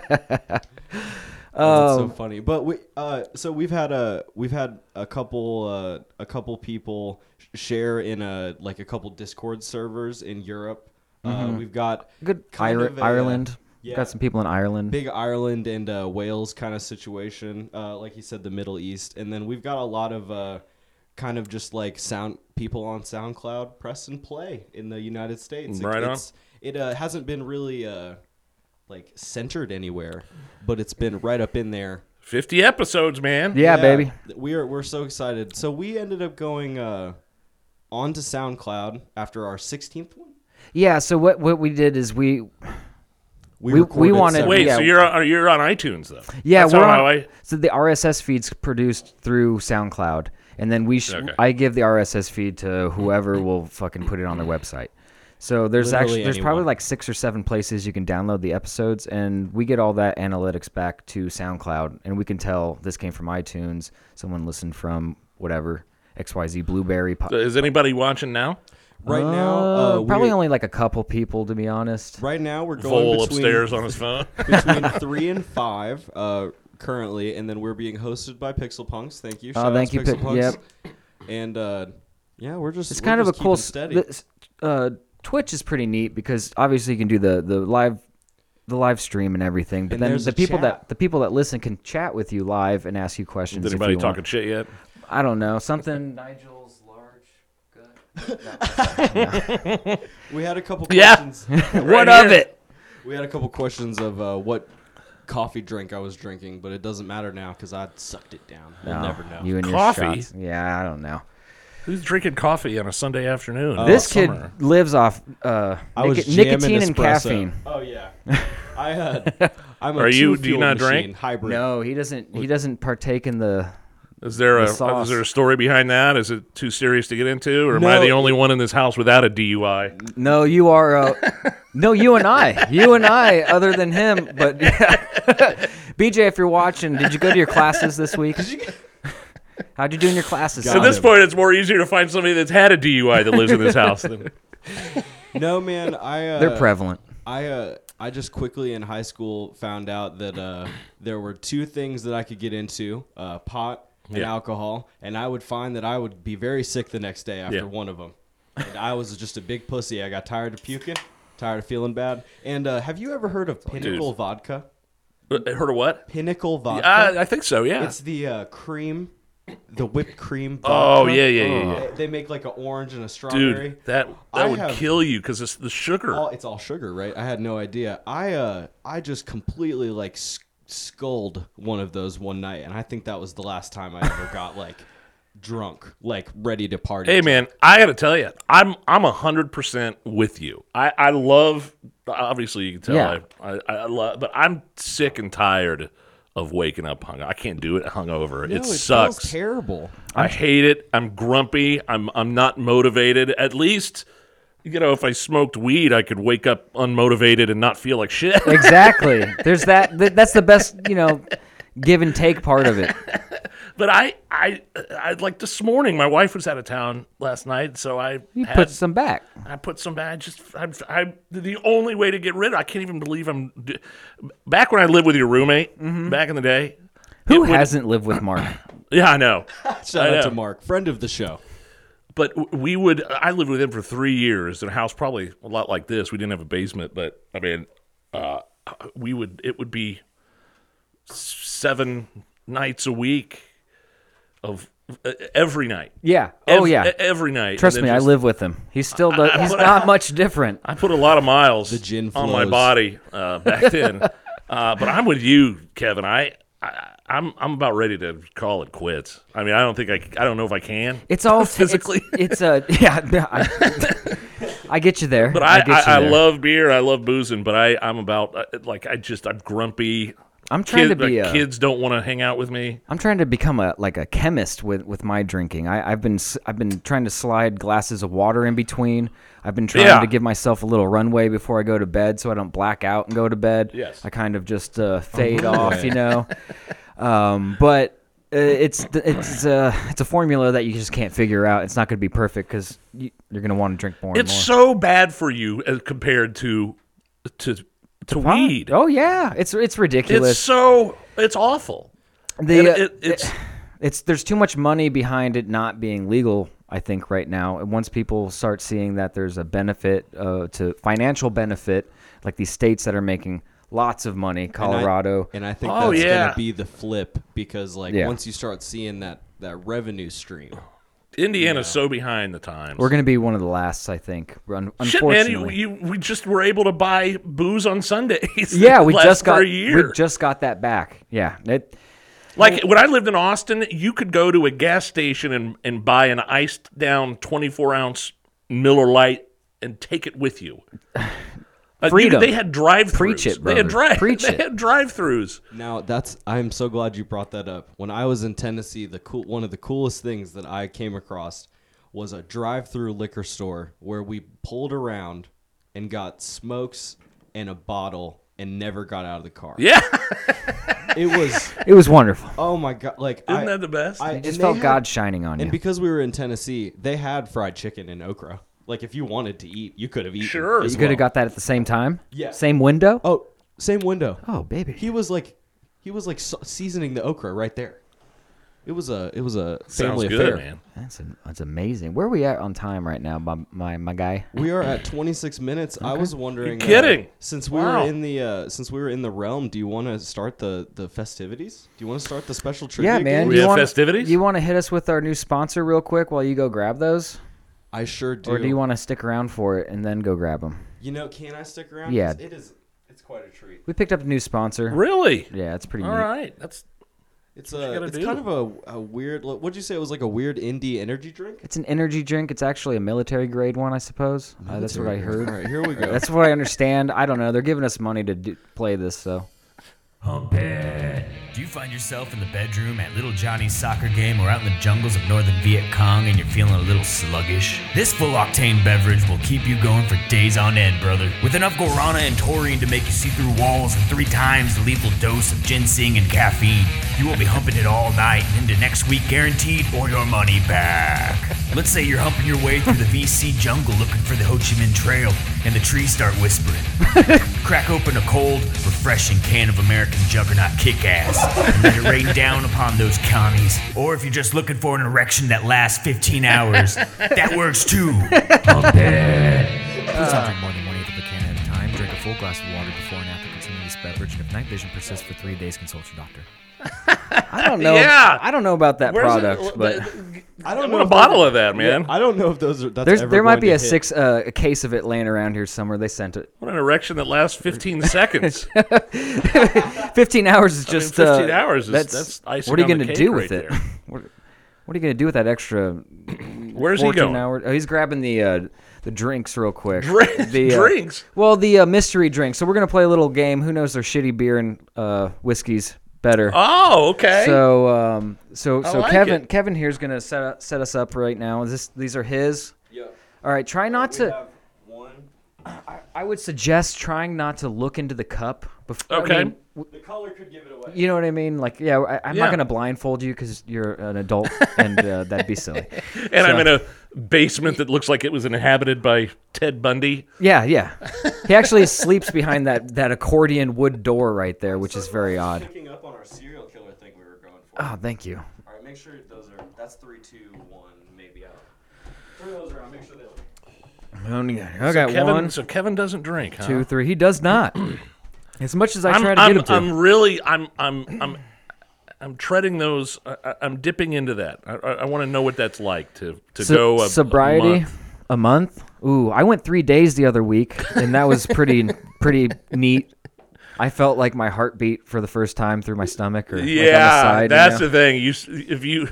Speaker 5: oh,
Speaker 4: Um,
Speaker 5: that's so funny. But we, uh, so we've had a we've had a couple uh, a couple people sh- share in a like a couple Discord servers in Europe. Uh, we've got
Speaker 4: Mm-hmm. Good.
Speaker 5: kind
Speaker 4: Ire-
Speaker 5: of a, uh,
Speaker 4: Ireland.
Speaker 5: yeah.
Speaker 4: Got some people in Ireland.
Speaker 5: big Ireland and uh, Wales kind of situation, uh, like you said, the Middle East, and then we've got a lot of uh, kind of just like sound people on SoundCloud press and play in the United States. It-
Speaker 6: Right on.
Speaker 5: it's- It uh, hasn't been really uh, like centered anywhere, but it's been right up in there.
Speaker 6: Fifty episodes, man.
Speaker 4: yeah, baby.
Speaker 5: We are we're so excited. So we ended up going uh, onto SoundCloud after our 16th one.
Speaker 4: Yeah. So what what we did is we We- we
Speaker 5: recorded
Speaker 4: wanted-
Speaker 5: several-
Speaker 6: Wait,
Speaker 4: Yeah.
Speaker 6: so you're on, you're on iTunes though?
Speaker 4: yeah
Speaker 6: That's
Speaker 4: we're
Speaker 6: not
Speaker 4: on,
Speaker 6: how I-
Speaker 4: so the RSS feeds produced through SoundCloud, and then we sh-
Speaker 6: Okay.
Speaker 4: I give the RSS feed to whoever will fucking put it on their website. So there's
Speaker 5: Literally
Speaker 4: actually there's
Speaker 5: anyone.
Speaker 4: probably like six or seven places you can download the episodes, and we get all that analytics back to SoundCloud, and we can tell this came from iTunes, someone listened from whatever XYZ Blueberry. Po-
Speaker 6: Is anybody watching now?
Speaker 5: right now. Uh,
Speaker 4: Uh, probably
Speaker 5: we're-
Speaker 4: only like a couple people, to be honest.
Speaker 5: Right now we're going
Speaker 6: Vole
Speaker 5: between
Speaker 6: upstairs on his phone.
Speaker 5: between three and five uh, currently, and then we're being hosted by Pixel Punks. Thank you.
Speaker 4: Oh,
Speaker 5: Shout
Speaker 4: thank
Speaker 5: out to
Speaker 4: you,
Speaker 5: Pixel
Speaker 4: Pi-
Speaker 5: Punks. And uh, yeah, we're just
Speaker 4: it's
Speaker 5: we're
Speaker 4: kind of a
Speaker 5: just
Speaker 4: cool
Speaker 5: keeping
Speaker 4: s-
Speaker 5: steady.
Speaker 4: this, uh, twitch is pretty neat because obviously you can do the the live the live stream and everything but
Speaker 5: And
Speaker 4: then
Speaker 5: there's
Speaker 4: the
Speaker 5: a
Speaker 4: people
Speaker 5: chat.
Speaker 4: that the people that listen can chat with you live and ask you questions
Speaker 6: Is
Speaker 4: if
Speaker 6: anybody
Speaker 4: you
Speaker 6: talking
Speaker 4: want.
Speaker 6: shit yet?
Speaker 4: i don't know something nigel's large
Speaker 5: we had a couple
Speaker 6: Yeah.
Speaker 5: questions.
Speaker 4: what
Speaker 6: Right
Speaker 4: of
Speaker 6: here.
Speaker 4: it
Speaker 5: we had a couple questions of uh, what coffee drink I was drinking, but it doesn't matter now because I sucked it down. We'll
Speaker 4: No,
Speaker 5: never know.
Speaker 4: Oh, you and your
Speaker 6: Coffee?
Speaker 4: shots yeah i don't know
Speaker 6: Who's drinking coffee on a Sunday afternoon?
Speaker 4: this kid
Speaker 6: Summer.
Speaker 4: lives off uh,
Speaker 5: Oh, I was
Speaker 4: nic-
Speaker 5: jamming
Speaker 4: nicotine and
Speaker 5: espresso.
Speaker 4: caffeine
Speaker 5: Oh yeah, I had. I'm a
Speaker 6: Are you- do you
Speaker 5: two-fueled
Speaker 6: not drink?
Speaker 5: machine, Hybrid.
Speaker 4: no he doesn't he doesn't partake in the
Speaker 6: Is there a
Speaker 4: the sauce.
Speaker 6: is there a story behind that? Is it too serious to get into, or am I
Speaker 5: No.
Speaker 6: the only one in this house without a DUI?
Speaker 4: No, you are. Uh, no, you and I. You and I, other than him. But BJ, if you're watching, did you go to your classes this week? How'd you do in your classes?
Speaker 5: God.
Speaker 6: At
Speaker 4: son?
Speaker 6: this point, it's more easier to find somebody that's had a DUI that lives in this house. Than,
Speaker 5: no man. I uh,
Speaker 4: They're prevalent.
Speaker 5: I uh, I just quickly in high school found out that uh, there were two things that I could get into: uh, pot and
Speaker 6: Yeah.
Speaker 5: alcohol. And I would find that I would be very sick the next day after
Speaker 6: Yeah.
Speaker 5: one of them. And I was just a big pussy. I got tired of puking, tired of feeling bad. And uh, have you ever heard of Pinnacle Vodka?
Speaker 6: uh, heard of what?
Speaker 5: Pinnacle Vodka.
Speaker 6: I, I think so. Yeah.
Speaker 5: it's the uh, cream, the whipped cream.
Speaker 6: Oh,
Speaker 5: vodka.
Speaker 6: yeah, yeah, yeah,
Speaker 5: They- They make like an orange and a strawberry.
Speaker 6: Dude, that that
Speaker 5: I
Speaker 6: would
Speaker 5: have-
Speaker 6: kill you because it's the sugar.
Speaker 5: all it's all sugar, right? I had no idea. I uh I just completely like sc- sculled one of those one night, and I think that was the last time I ever got like drunk, like ready to party.
Speaker 6: Hey man, I gotta tell you, I'm I'm hundred percent with you. I I love obviously you can tell
Speaker 4: Yeah.
Speaker 6: I, I I love, but I'm sick and tired of waking up hung. I can't do it hungover.
Speaker 5: No,
Speaker 6: it,
Speaker 5: feels
Speaker 6: sucks.
Speaker 5: terrible.
Speaker 6: I hate it. I'm grumpy. I'm I'm not motivated. At least you know if I smoked weed, I could wake up unmotivated and not feel like shit.
Speaker 4: Exactly. There's that. Th- that's the best. You know, give and take part of it.
Speaker 6: but I I I like this morning. My wife was out of town last night, so I
Speaker 4: You
Speaker 6: had
Speaker 4: put some back.
Speaker 6: I put some. I just. I'm. I. The only way to get rid of. I can't even believe I'm. d- Back when I lived with your roommate back in the day.
Speaker 4: Mm-hmm. Who
Speaker 6: it would-
Speaker 4: hasn't lived with Mark?
Speaker 6: Yeah, I know.
Speaker 5: Shout out to
Speaker 6: know.
Speaker 5: Mark, friend of the show.
Speaker 6: But w- we would. I lived with him for three years in a house probably a lot like this. We didn't have a basement, but I mean, uh, we would. It would be seven nights a week of uh, every night.
Speaker 4: Yeah. Oh
Speaker 6: Ev- e,
Speaker 4: yeah.
Speaker 6: Every night.
Speaker 4: Trust
Speaker 6: And
Speaker 4: me,
Speaker 6: then
Speaker 4: I
Speaker 6: just-
Speaker 4: live with him. He still does. He's not much different.
Speaker 6: I put a lot of miles
Speaker 5: gin
Speaker 6: on my
Speaker 5: flows.
Speaker 6: body uh, back then. uh, but I'm with you, Kevin. I, I I'm I'm about ready to call it quits. I mean, I don't think I c- I don't know if I can.
Speaker 4: It's all t- it's-
Speaker 6: Physically.
Speaker 4: It's, a yeah. I, I get you there.
Speaker 6: but I
Speaker 4: get you
Speaker 6: I, I
Speaker 4: there.
Speaker 6: love beer. I love boozing. But I I'm about uh, like I just I'm grumpy.
Speaker 4: I'm trying
Speaker 6: Kid-
Speaker 4: to be
Speaker 6: like,
Speaker 4: a-
Speaker 6: kids don't want to hang out with me.
Speaker 4: I'm trying to become a like a chemist with with my drinking. I, I've been s- I've been trying to slide glasses of water in between. I've been trying
Speaker 6: Yeah.
Speaker 4: to give myself a little runway before I go to bed, so I don't black out and go to bed.
Speaker 6: Yes.
Speaker 4: I kind of just uh, fade off, you know. Um, but uh, it's th- it's uh, it's a formula that you just can't figure out. It's not going to be perfect because you, you're going to want to drink more.
Speaker 6: It's
Speaker 4: and
Speaker 6: so bad for you as compared to to to,
Speaker 4: more.
Speaker 6: weed.
Speaker 4: Oh yeah, it's it's ridiculous.
Speaker 6: it's so it's awful.
Speaker 4: The,
Speaker 6: And
Speaker 4: uh,
Speaker 6: it- it's
Speaker 4: it's there's too much money behind it not being legal. I think right now, and once people start seeing that there's a benefit uh, to financial benefit, like these states that are making lots of money,
Speaker 5: And I-
Speaker 4: Colorado.
Speaker 5: And I, think
Speaker 6: Oh,
Speaker 5: that's
Speaker 6: yeah.
Speaker 5: gonna be the flip because like
Speaker 4: Yeah.
Speaker 5: once you start seeing that that revenue stream,
Speaker 6: Indiana's so behind the times.
Speaker 4: we're going to be one of the last, I think. Un-
Speaker 6: Shit, man,
Speaker 4: unfortunately,
Speaker 6: you, you, we just were able to buy booze on Sundays.
Speaker 4: yeah, we
Speaker 6: last
Speaker 4: just
Speaker 6: for
Speaker 4: got
Speaker 6: a year.
Speaker 4: we just got that back. Yeah, it,
Speaker 6: like when I lived in Austin, you could go to a gas station and, and buy an iced down twenty four ounce Miller Lite and take it with you. Uh, you-
Speaker 4: Freedom.
Speaker 6: they had drive throughs.
Speaker 4: Preach it,
Speaker 6: They had
Speaker 4: brother.
Speaker 6: drive.
Speaker 4: Preach
Speaker 6: they
Speaker 4: it.
Speaker 6: had drive throughs.
Speaker 5: Now that's I'm so glad you brought that up. When I was in Tennessee, the cool one of the coolest things that I came across was a drive-through liquor store where we pulled around and got smokes and a bottle and never got out of the car.
Speaker 6: Yeah.
Speaker 5: It was
Speaker 4: it was wonderful.
Speaker 5: oh my god, like
Speaker 6: Isn't
Speaker 5: I,
Speaker 6: that the best?
Speaker 5: I
Speaker 4: I just
Speaker 5: and they
Speaker 4: felt
Speaker 5: had-
Speaker 4: God shining on you.
Speaker 5: And because we were in Tennessee, they had fried chicken in Okra. Like if you wanted to eat, you could have eaten.
Speaker 6: Sure.
Speaker 5: as
Speaker 4: you could
Speaker 5: well.
Speaker 4: have got that at the same time.
Speaker 5: Yeah.
Speaker 4: Same window.
Speaker 5: Oh, same window.
Speaker 4: Oh, baby.
Speaker 5: He was like, he was like so- seasoning the okra right there. It was a, it was a
Speaker 6: Sounds
Speaker 5: family
Speaker 6: good,
Speaker 5: affair.
Speaker 6: man.
Speaker 4: That's, an, that's amazing. Where are we at on time right now, my my, my guy?
Speaker 5: We are at 26 minutes. I was wondering,
Speaker 6: You're kidding.
Speaker 5: uh, since we
Speaker 6: Wow.
Speaker 5: were in the, uh, since we were in the realm, do you want to start the the festivities? Do you want to start the special trivia?
Speaker 4: Yeah, man.
Speaker 5: game?
Speaker 6: We
Speaker 4: you
Speaker 6: have
Speaker 4: wanna,
Speaker 6: festivities?
Speaker 4: You want to hit us with our new sponsor real quick while you go grab those,
Speaker 5: I sure do.
Speaker 4: or do you want to stick around for it and then go grab them?
Speaker 5: You know, can I stick around?
Speaker 4: Yeah.
Speaker 5: 'Cause It is. It's quite a treat.
Speaker 4: We picked up a new sponsor.
Speaker 6: Really?
Speaker 4: Yeah, it's pretty.
Speaker 6: All
Speaker 4: neat.
Speaker 6: right. That's
Speaker 5: It's
Speaker 6: you
Speaker 5: a,
Speaker 6: gotta
Speaker 5: it's
Speaker 6: do.
Speaker 5: kind of a, a weird. like, What'd you say? It was like a weird indie energy drink.
Speaker 4: It's an energy drink. It's actually a military grade one, I suppose. Uh, that's what I
Speaker 5: Military grade.
Speaker 4: heard.
Speaker 5: All right, here we go.
Speaker 4: That's what I understand. I don't know. They're giving us money to do, play this, so
Speaker 7: Do you find yourself in the bedroom at Little Johnny's soccer game or out in the jungles of northern Viet Cong and you're feeling a little sluggish? This full octane beverage will keep you going for days on end, brother. With enough guarana and taurine to make you see through walls and three times the lethal dose of ginseng and caffeine, you will be humping it all night and into next week guaranteed or your money back. Let's say you're humping your way through the VC jungle looking for the Ho Chi Minh Trail and the trees start whispering. Crack open a cold, refreshing can of American Juggernaut kick ass and let it rain down upon those commies. Or if you're just looking for an erection that lasts 15 hours, that works too.
Speaker 1: Please don't drink more than one eighth of a can at a time. Drink a full glass of water before and after consuming this beverage. And if night vision persists for three days, consult your doctor.
Speaker 4: I don't know.
Speaker 6: Yeah.
Speaker 4: I don't know about that
Speaker 6: Where's it-
Speaker 4: product, but
Speaker 5: I
Speaker 6: I
Speaker 5: don't know
Speaker 6: want a
Speaker 5: if
Speaker 6: bottle
Speaker 5: those-
Speaker 6: of that, man.
Speaker 5: I don't know if those are. That's
Speaker 4: there's
Speaker 5: ever
Speaker 4: there might
Speaker 5: going
Speaker 4: be
Speaker 5: to
Speaker 4: a
Speaker 5: hit.
Speaker 4: six uh, a case of it laying around here somewhere. They sent it.
Speaker 6: What an erection that lasts 15 seconds.
Speaker 4: Fifteen hours is
Speaker 6: mean,
Speaker 4: just
Speaker 6: 15
Speaker 4: uh,
Speaker 6: hours is-
Speaker 4: that's,
Speaker 6: that's icing
Speaker 4: what are you
Speaker 6: on the
Speaker 4: gonna
Speaker 6: cake
Speaker 4: do
Speaker 6: right
Speaker 4: with it?
Speaker 6: there.
Speaker 4: what, what are you gonna do with that extra
Speaker 6: Where's he
Speaker 4: 14
Speaker 6: going?
Speaker 4: hours? Oh, he's grabbing the uh, the drinks real quick.
Speaker 6: Drink-
Speaker 4: the, uh,
Speaker 6: drinks?
Speaker 4: Well, the uh, mystery drinks. So we're gonna play a little game. Who knows their shitty beer and uh, whiskeys better?
Speaker 6: Oh, okay.
Speaker 4: So um, so so
Speaker 6: like
Speaker 4: Kevin
Speaker 6: it.
Speaker 4: Kevin here's gonna set up, set us up right now. Is This these are his. All right, try not to. I would suggest trying not to look into the cup. Before,
Speaker 6: Okay.
Speaker 5: The color could give it away.
Speaker 4: You know what I mean? Like, yeah, I, I'm
Speaker 6: Yeah.
Speaker 4: not gonna blindfold you because you're an adult, and uh, that'd be silly.
Speaker 6: and I'm in a basement that looks like it was inhabited by Ted Bundy.
Speaker 4: Yeah, yeah. He actually sleeps behind that that accordion wood door right there, which is very odd.
Speaker 5: Picking up on our serial killer thing we were going for.
Speaker 4: Oh, thank you.
Speaker 5: All right, make sure those are. That's three, two, one, maybe out. Turn those around. Make sure they.
Speaker 4: I got
Speaker 6: Kevin,
Speaker 4: one,
Speaker 6: so Kevin doesn't drink, huh?
Speaker 4: two, three. He does not. As much as I
Speaker 6: I'm,
Speaker 4: try to
Speaker 6: I'm,
Speaker 4: get him to.
Speaker 6: I'm really, I'm, I'm, I'm, I'm treading those. I, I- I'm dipping into that. I, I, I want to know what that's like to to
Speaker 4: So-
Speaker 6: go a, a
Speaker 4: sobriety
Speaker 6: month.
Speaker 4: a month. Ooh, I went three days the other week, and that was pretty pretty neat. I felt like my heartbeat for the first time through my stomach, or like on the
Speaker 6: Yeah,
Speaker 4: side, you
Speaker 6: that's
Speaker 4: know?
Speaker 6: the thing. You s- if you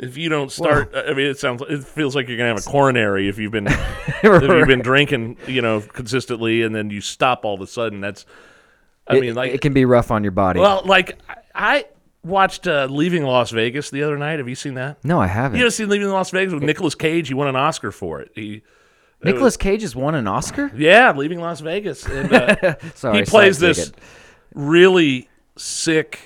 Speaker 6: if you don't start, I mean, it sounds it feels like you're gonna have a coronary if you've been if you've been drinking, you know, consistently, and then you stop all of a sudden. That's I
Speaker 4: it,
Speaker 6: mean, like
Speaker 4: it can be rough on your body.
Speaker 6: Well, like I I watched uh, Leaving Las Vegas the other night. Have you seen that?
Speaker 4: no, I haven't.
Speaker 6: You ever seen Leaving Las Vegas with Nicolas Cage? He won an Oscar for it. He,
Speaker 4: Nicholas Cage has won an Oscar.
Speaker 6: yeah, Leaving Las Vegas. And, uh,
Speaker 4: Sorry,
Speaker 6: he plays
Speaker 4: slight
Speaker 6: this
Speaker 4: bigot.
Speaker 6: really sick,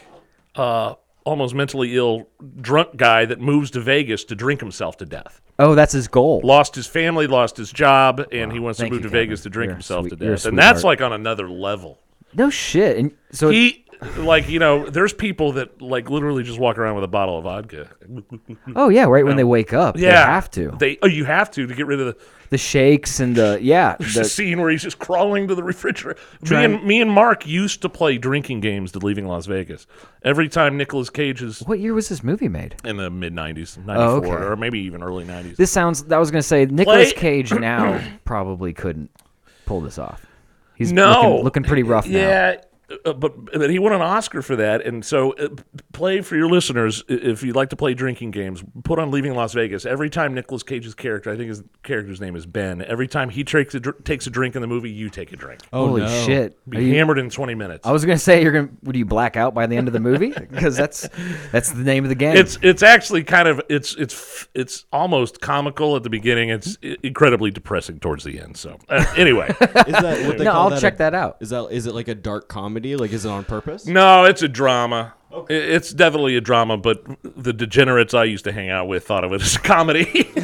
Speaker 6: uh, almost mentally ill, drunk guy that moves to Vegas to drink himself to death.
Speaker 4: Oh, that's his goal.
Speaker 6: Lost his family, lost his job, and he wants to
Speaker 4: Thank
Speaker 6: move
Speaker 4: you,
Speaker 6: to Vegas
Speaker 4: Kevin.
Speaker 6: to drink
Speaker 4: You're a
Speaker 6: himself
Speaker 4: sweet-
Speaker 6: to
Speaker 4: you're a
Speaker 6: death. And that's
Speaker 4: sweetheart.
Speaker 6: like on another level.
Speaker 4: no shit. And so
Speaker 6: He, like, you know, there's people that, like, literally just walk around with a bottle of vodka.
Speaker 4: Oh yeah, right when they wake up,
Speaker 6: Yeah.
Speaker 4: they have to.
Speaker 6: They, oh, you have to to get rid of the.
Speaker 4: the shakes and the yeah,
Speaker 6: There's
Speaker 4: the-
Speaker 6: a scene where he's just crawling to the refrigerator. Me
Speaker 4: Trying-
Speaker 6: and, me and Mark used to play drinking games to Leaving Las Vegas. Every time Nicolas Cage is
Speaker 4: what year was this movie made?
Speaker 6: in the mid 90s, 94,
Speaker 4: Oh, okay.
Speaker 6: or maybe even early 90s.
Speaker 4: This sounds. I was gonna say Nicolas
Speaker 6: Play-
Speaker 4: Cage now probably couldn't pull this off. He's
Speaker 6: no.
Speaker 4: looking, looking pretty rough now.
Speaker 6: Yeah. Uh, but but he won an Oscar for that, and so uh, p- play for your listeners i- if you like to play drinking games. Put on Leaving Las Vegas every time Nicolas Cage's character, I think his character's name is Ben. Every time he takes a dr- takes a drink in the movie, you take a drink.
Speaker 4: Holy shit! Are
Speaker 6: Be
Speaker 4: you-
Speaker 6: hammered in twenty minutes.
Speaker 4: I was gonna say you're gonna. Would you black out by the end of the movie? Because that's that's the name of the game.
Speaker 6: it's it's actually kind of it's it's f- it's almost comical at the beginning. It's i- incredibly depressing towards the end. So uh, anyway,
Speaker 5: Is that what they
Speaker 4: no,
Speaker 5: call
Speaker 4: I'll
Speaker 5: that a-
Speaker 4: check that out.
Speaker 5: Is that is it like a dark comedy? Like is it on purpose?
Speaker 6: no, it's a drama. I- It's definitely a drama, but the degenerates I used to hang out with thought of it as a comedy.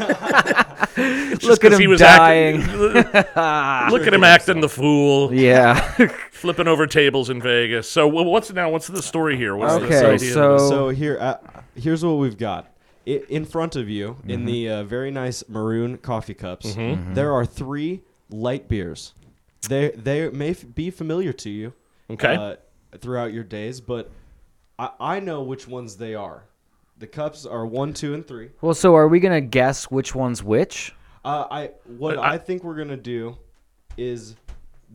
Speaker 4: Look at him dying.
Speaker 6: acting, look at him acting the fool,
Speaker 4: yeah.
Speaker 6: flipping over tables in Vegas. So wh- what's now? What's the story here? What's this
Speaker 4: okay.
Speaker 6: idea?
Speaker 4: So,
Speaker 5: So here, uh, here's what we've got. I, in front of you, in the uh, very nice maroon coffee cups, there are three light beers. They they may f- be familiar to you,
Speaker 6: Okay.
Speaker 5: uh, throughout your days, but I, I know which ones they are. The cups are one, two, and three.
Speaker 4: well, so are we gonna guess which one's which?
Speaker 5: Uh, I what
Speaker 6: I-
Speaker 5: I, think we're gonna do is,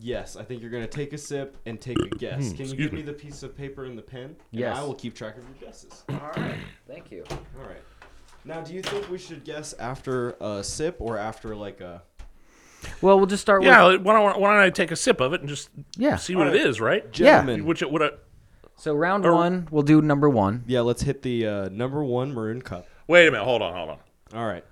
Speaker 5: yes, I think you're gonna take a sip and take a guess. Can you give me the piece of paper and the pen? And
Speaker 4: Yes.
Speaker 5: I will keep track of your guesses.
Speaker 4: Thank you.
Speaker 5: All right. Now, do you think we should guess after a sip or after like a?
Speaker 4: Well, we'll just start
Speaker 6: yeah,
Speaker 4: with
Speaker 6: why don't, why don't I take a sip of it and just
Speaker 4: Yeah.
Speaker 6: see what it is, right?
Speaker 5: Gentlemen.
Speaker 6: Which it would. I-
Speaker 4: so round one. We'll do number one.
Speaker 5: Yeah, let's hit the uh, number one maroon cup.
Speaker 6: Wait a minute. Hold on. Hold on.
Speaker 5: All right.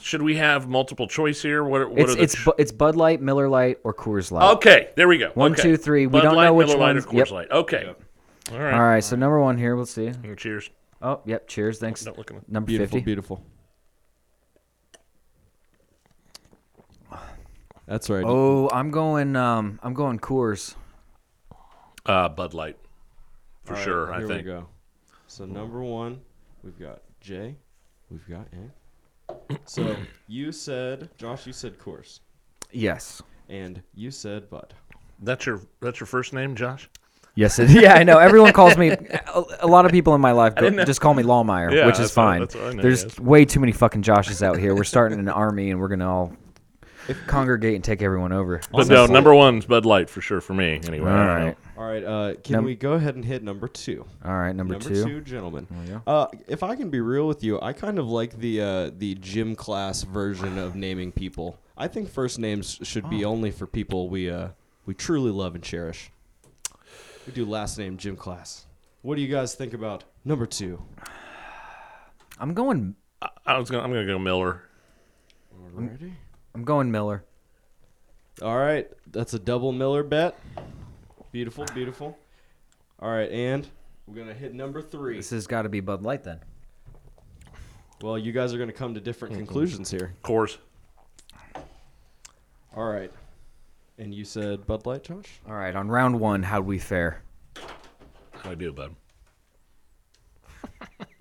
Speaker 6: Should we have multiple choice here? What, are- what
Speaker 4: It's
Speaker 6: are the
Speaker 4: it's
Speaker 6: ch-
Speaker 4: Bu- it's Bud Light, Miller Light, or Coors Light.
Speaker 6: okay? There we go.
Speaker 4: One,
Speaker 6: okay.
Speaker 4: two, three. We
Speaker 6: Bud
Speaker 4: don't
Speaker 6: Light,
Speaker 4: know which
Speaker 6: Miller Light, or
Speaker 4: ones-
Speaker 6: Coors
Speaker 4: yep.
Speaker 6: Light. Okay. All right.
Speaker 4: All right, so number one here. We'll see.
Speaker 6: Cheers.
Speaker 4: Oh, yep. Cheers. Thanks.
Speaker 6: Don't look at me.
Speaker 4: Number
Speaker 5: Beautiful,
Speaker 4: fifty.
Speaker 5: beautiful. That's right.
Speaker 4: Oh, I'm going. Um, I'm going Coors.
Speaker 6: Uh, Bud Light, for sure. I
Speaker 5: Here
Speaker 6: think.
Speaker 5: we go. So number one, we've got J, we've got A. So you said Josh, you said course,
Speaker 4: Yes.
Speaker 5: and you said Bud.
Speaker 6: That's your that's your first name, Josh.
Speaker 4: Yes. It, yeah, I know. Everyone calls me. A, a lot of people in my life go, just call me Lawmeyer,
Speaker 6: Yeah,
Speaker 4: which is
Speaker 6: that's what-
Speaker 4: fine.
Speaker 6: that's what I know,
Speaker 4: There's
Speaker 6: yes.
Speaker 4: way too many fucking Joshes out here. We're starting an army, and we're gonna all congregate and take everyone over.
Speaker 6: But no, number one's Bud Light for sure for me. Anyway.
Speaker 4: all
Speaker 6: I don't
Speaker 4: right.
Speaker 5: All right. Uh, can
Speaker 4: Num-
Speaker 5: we go ahead and hit number two?
Speaker 4: All right. Number,
Speaker 5: Number
Speaker 4: two.
Speaker 5: two, gentlemen. Uh, if I can be real with you, I kind of like the uh, the gym class version of naming people. I think first names should be only for people we uh, we truly love and cherish. We do last name gym class. What do you guys think about number two?
Speaker 4: I'm going.
Speaker 6: know. I I was gonna, I'm gonna go Miller.
Speaker 5: Alrighty.
Speaker 4: I'm going Miller.
Speaker 5: All right, that's a double Miller bet. Beautiful, beautiful. All right, and we're gonna hit number three.
Speaker 4: This has got to be Bud Light then.
Speaker 5: Well, you guys are gonna come to different conclusions here.
Speaker 6: Coors.
Speaker 5: All right, and you said Bud Light, Josh.
Speaker 4: All right. On round one, how'd we fare?
Speaker 6: I do, bud.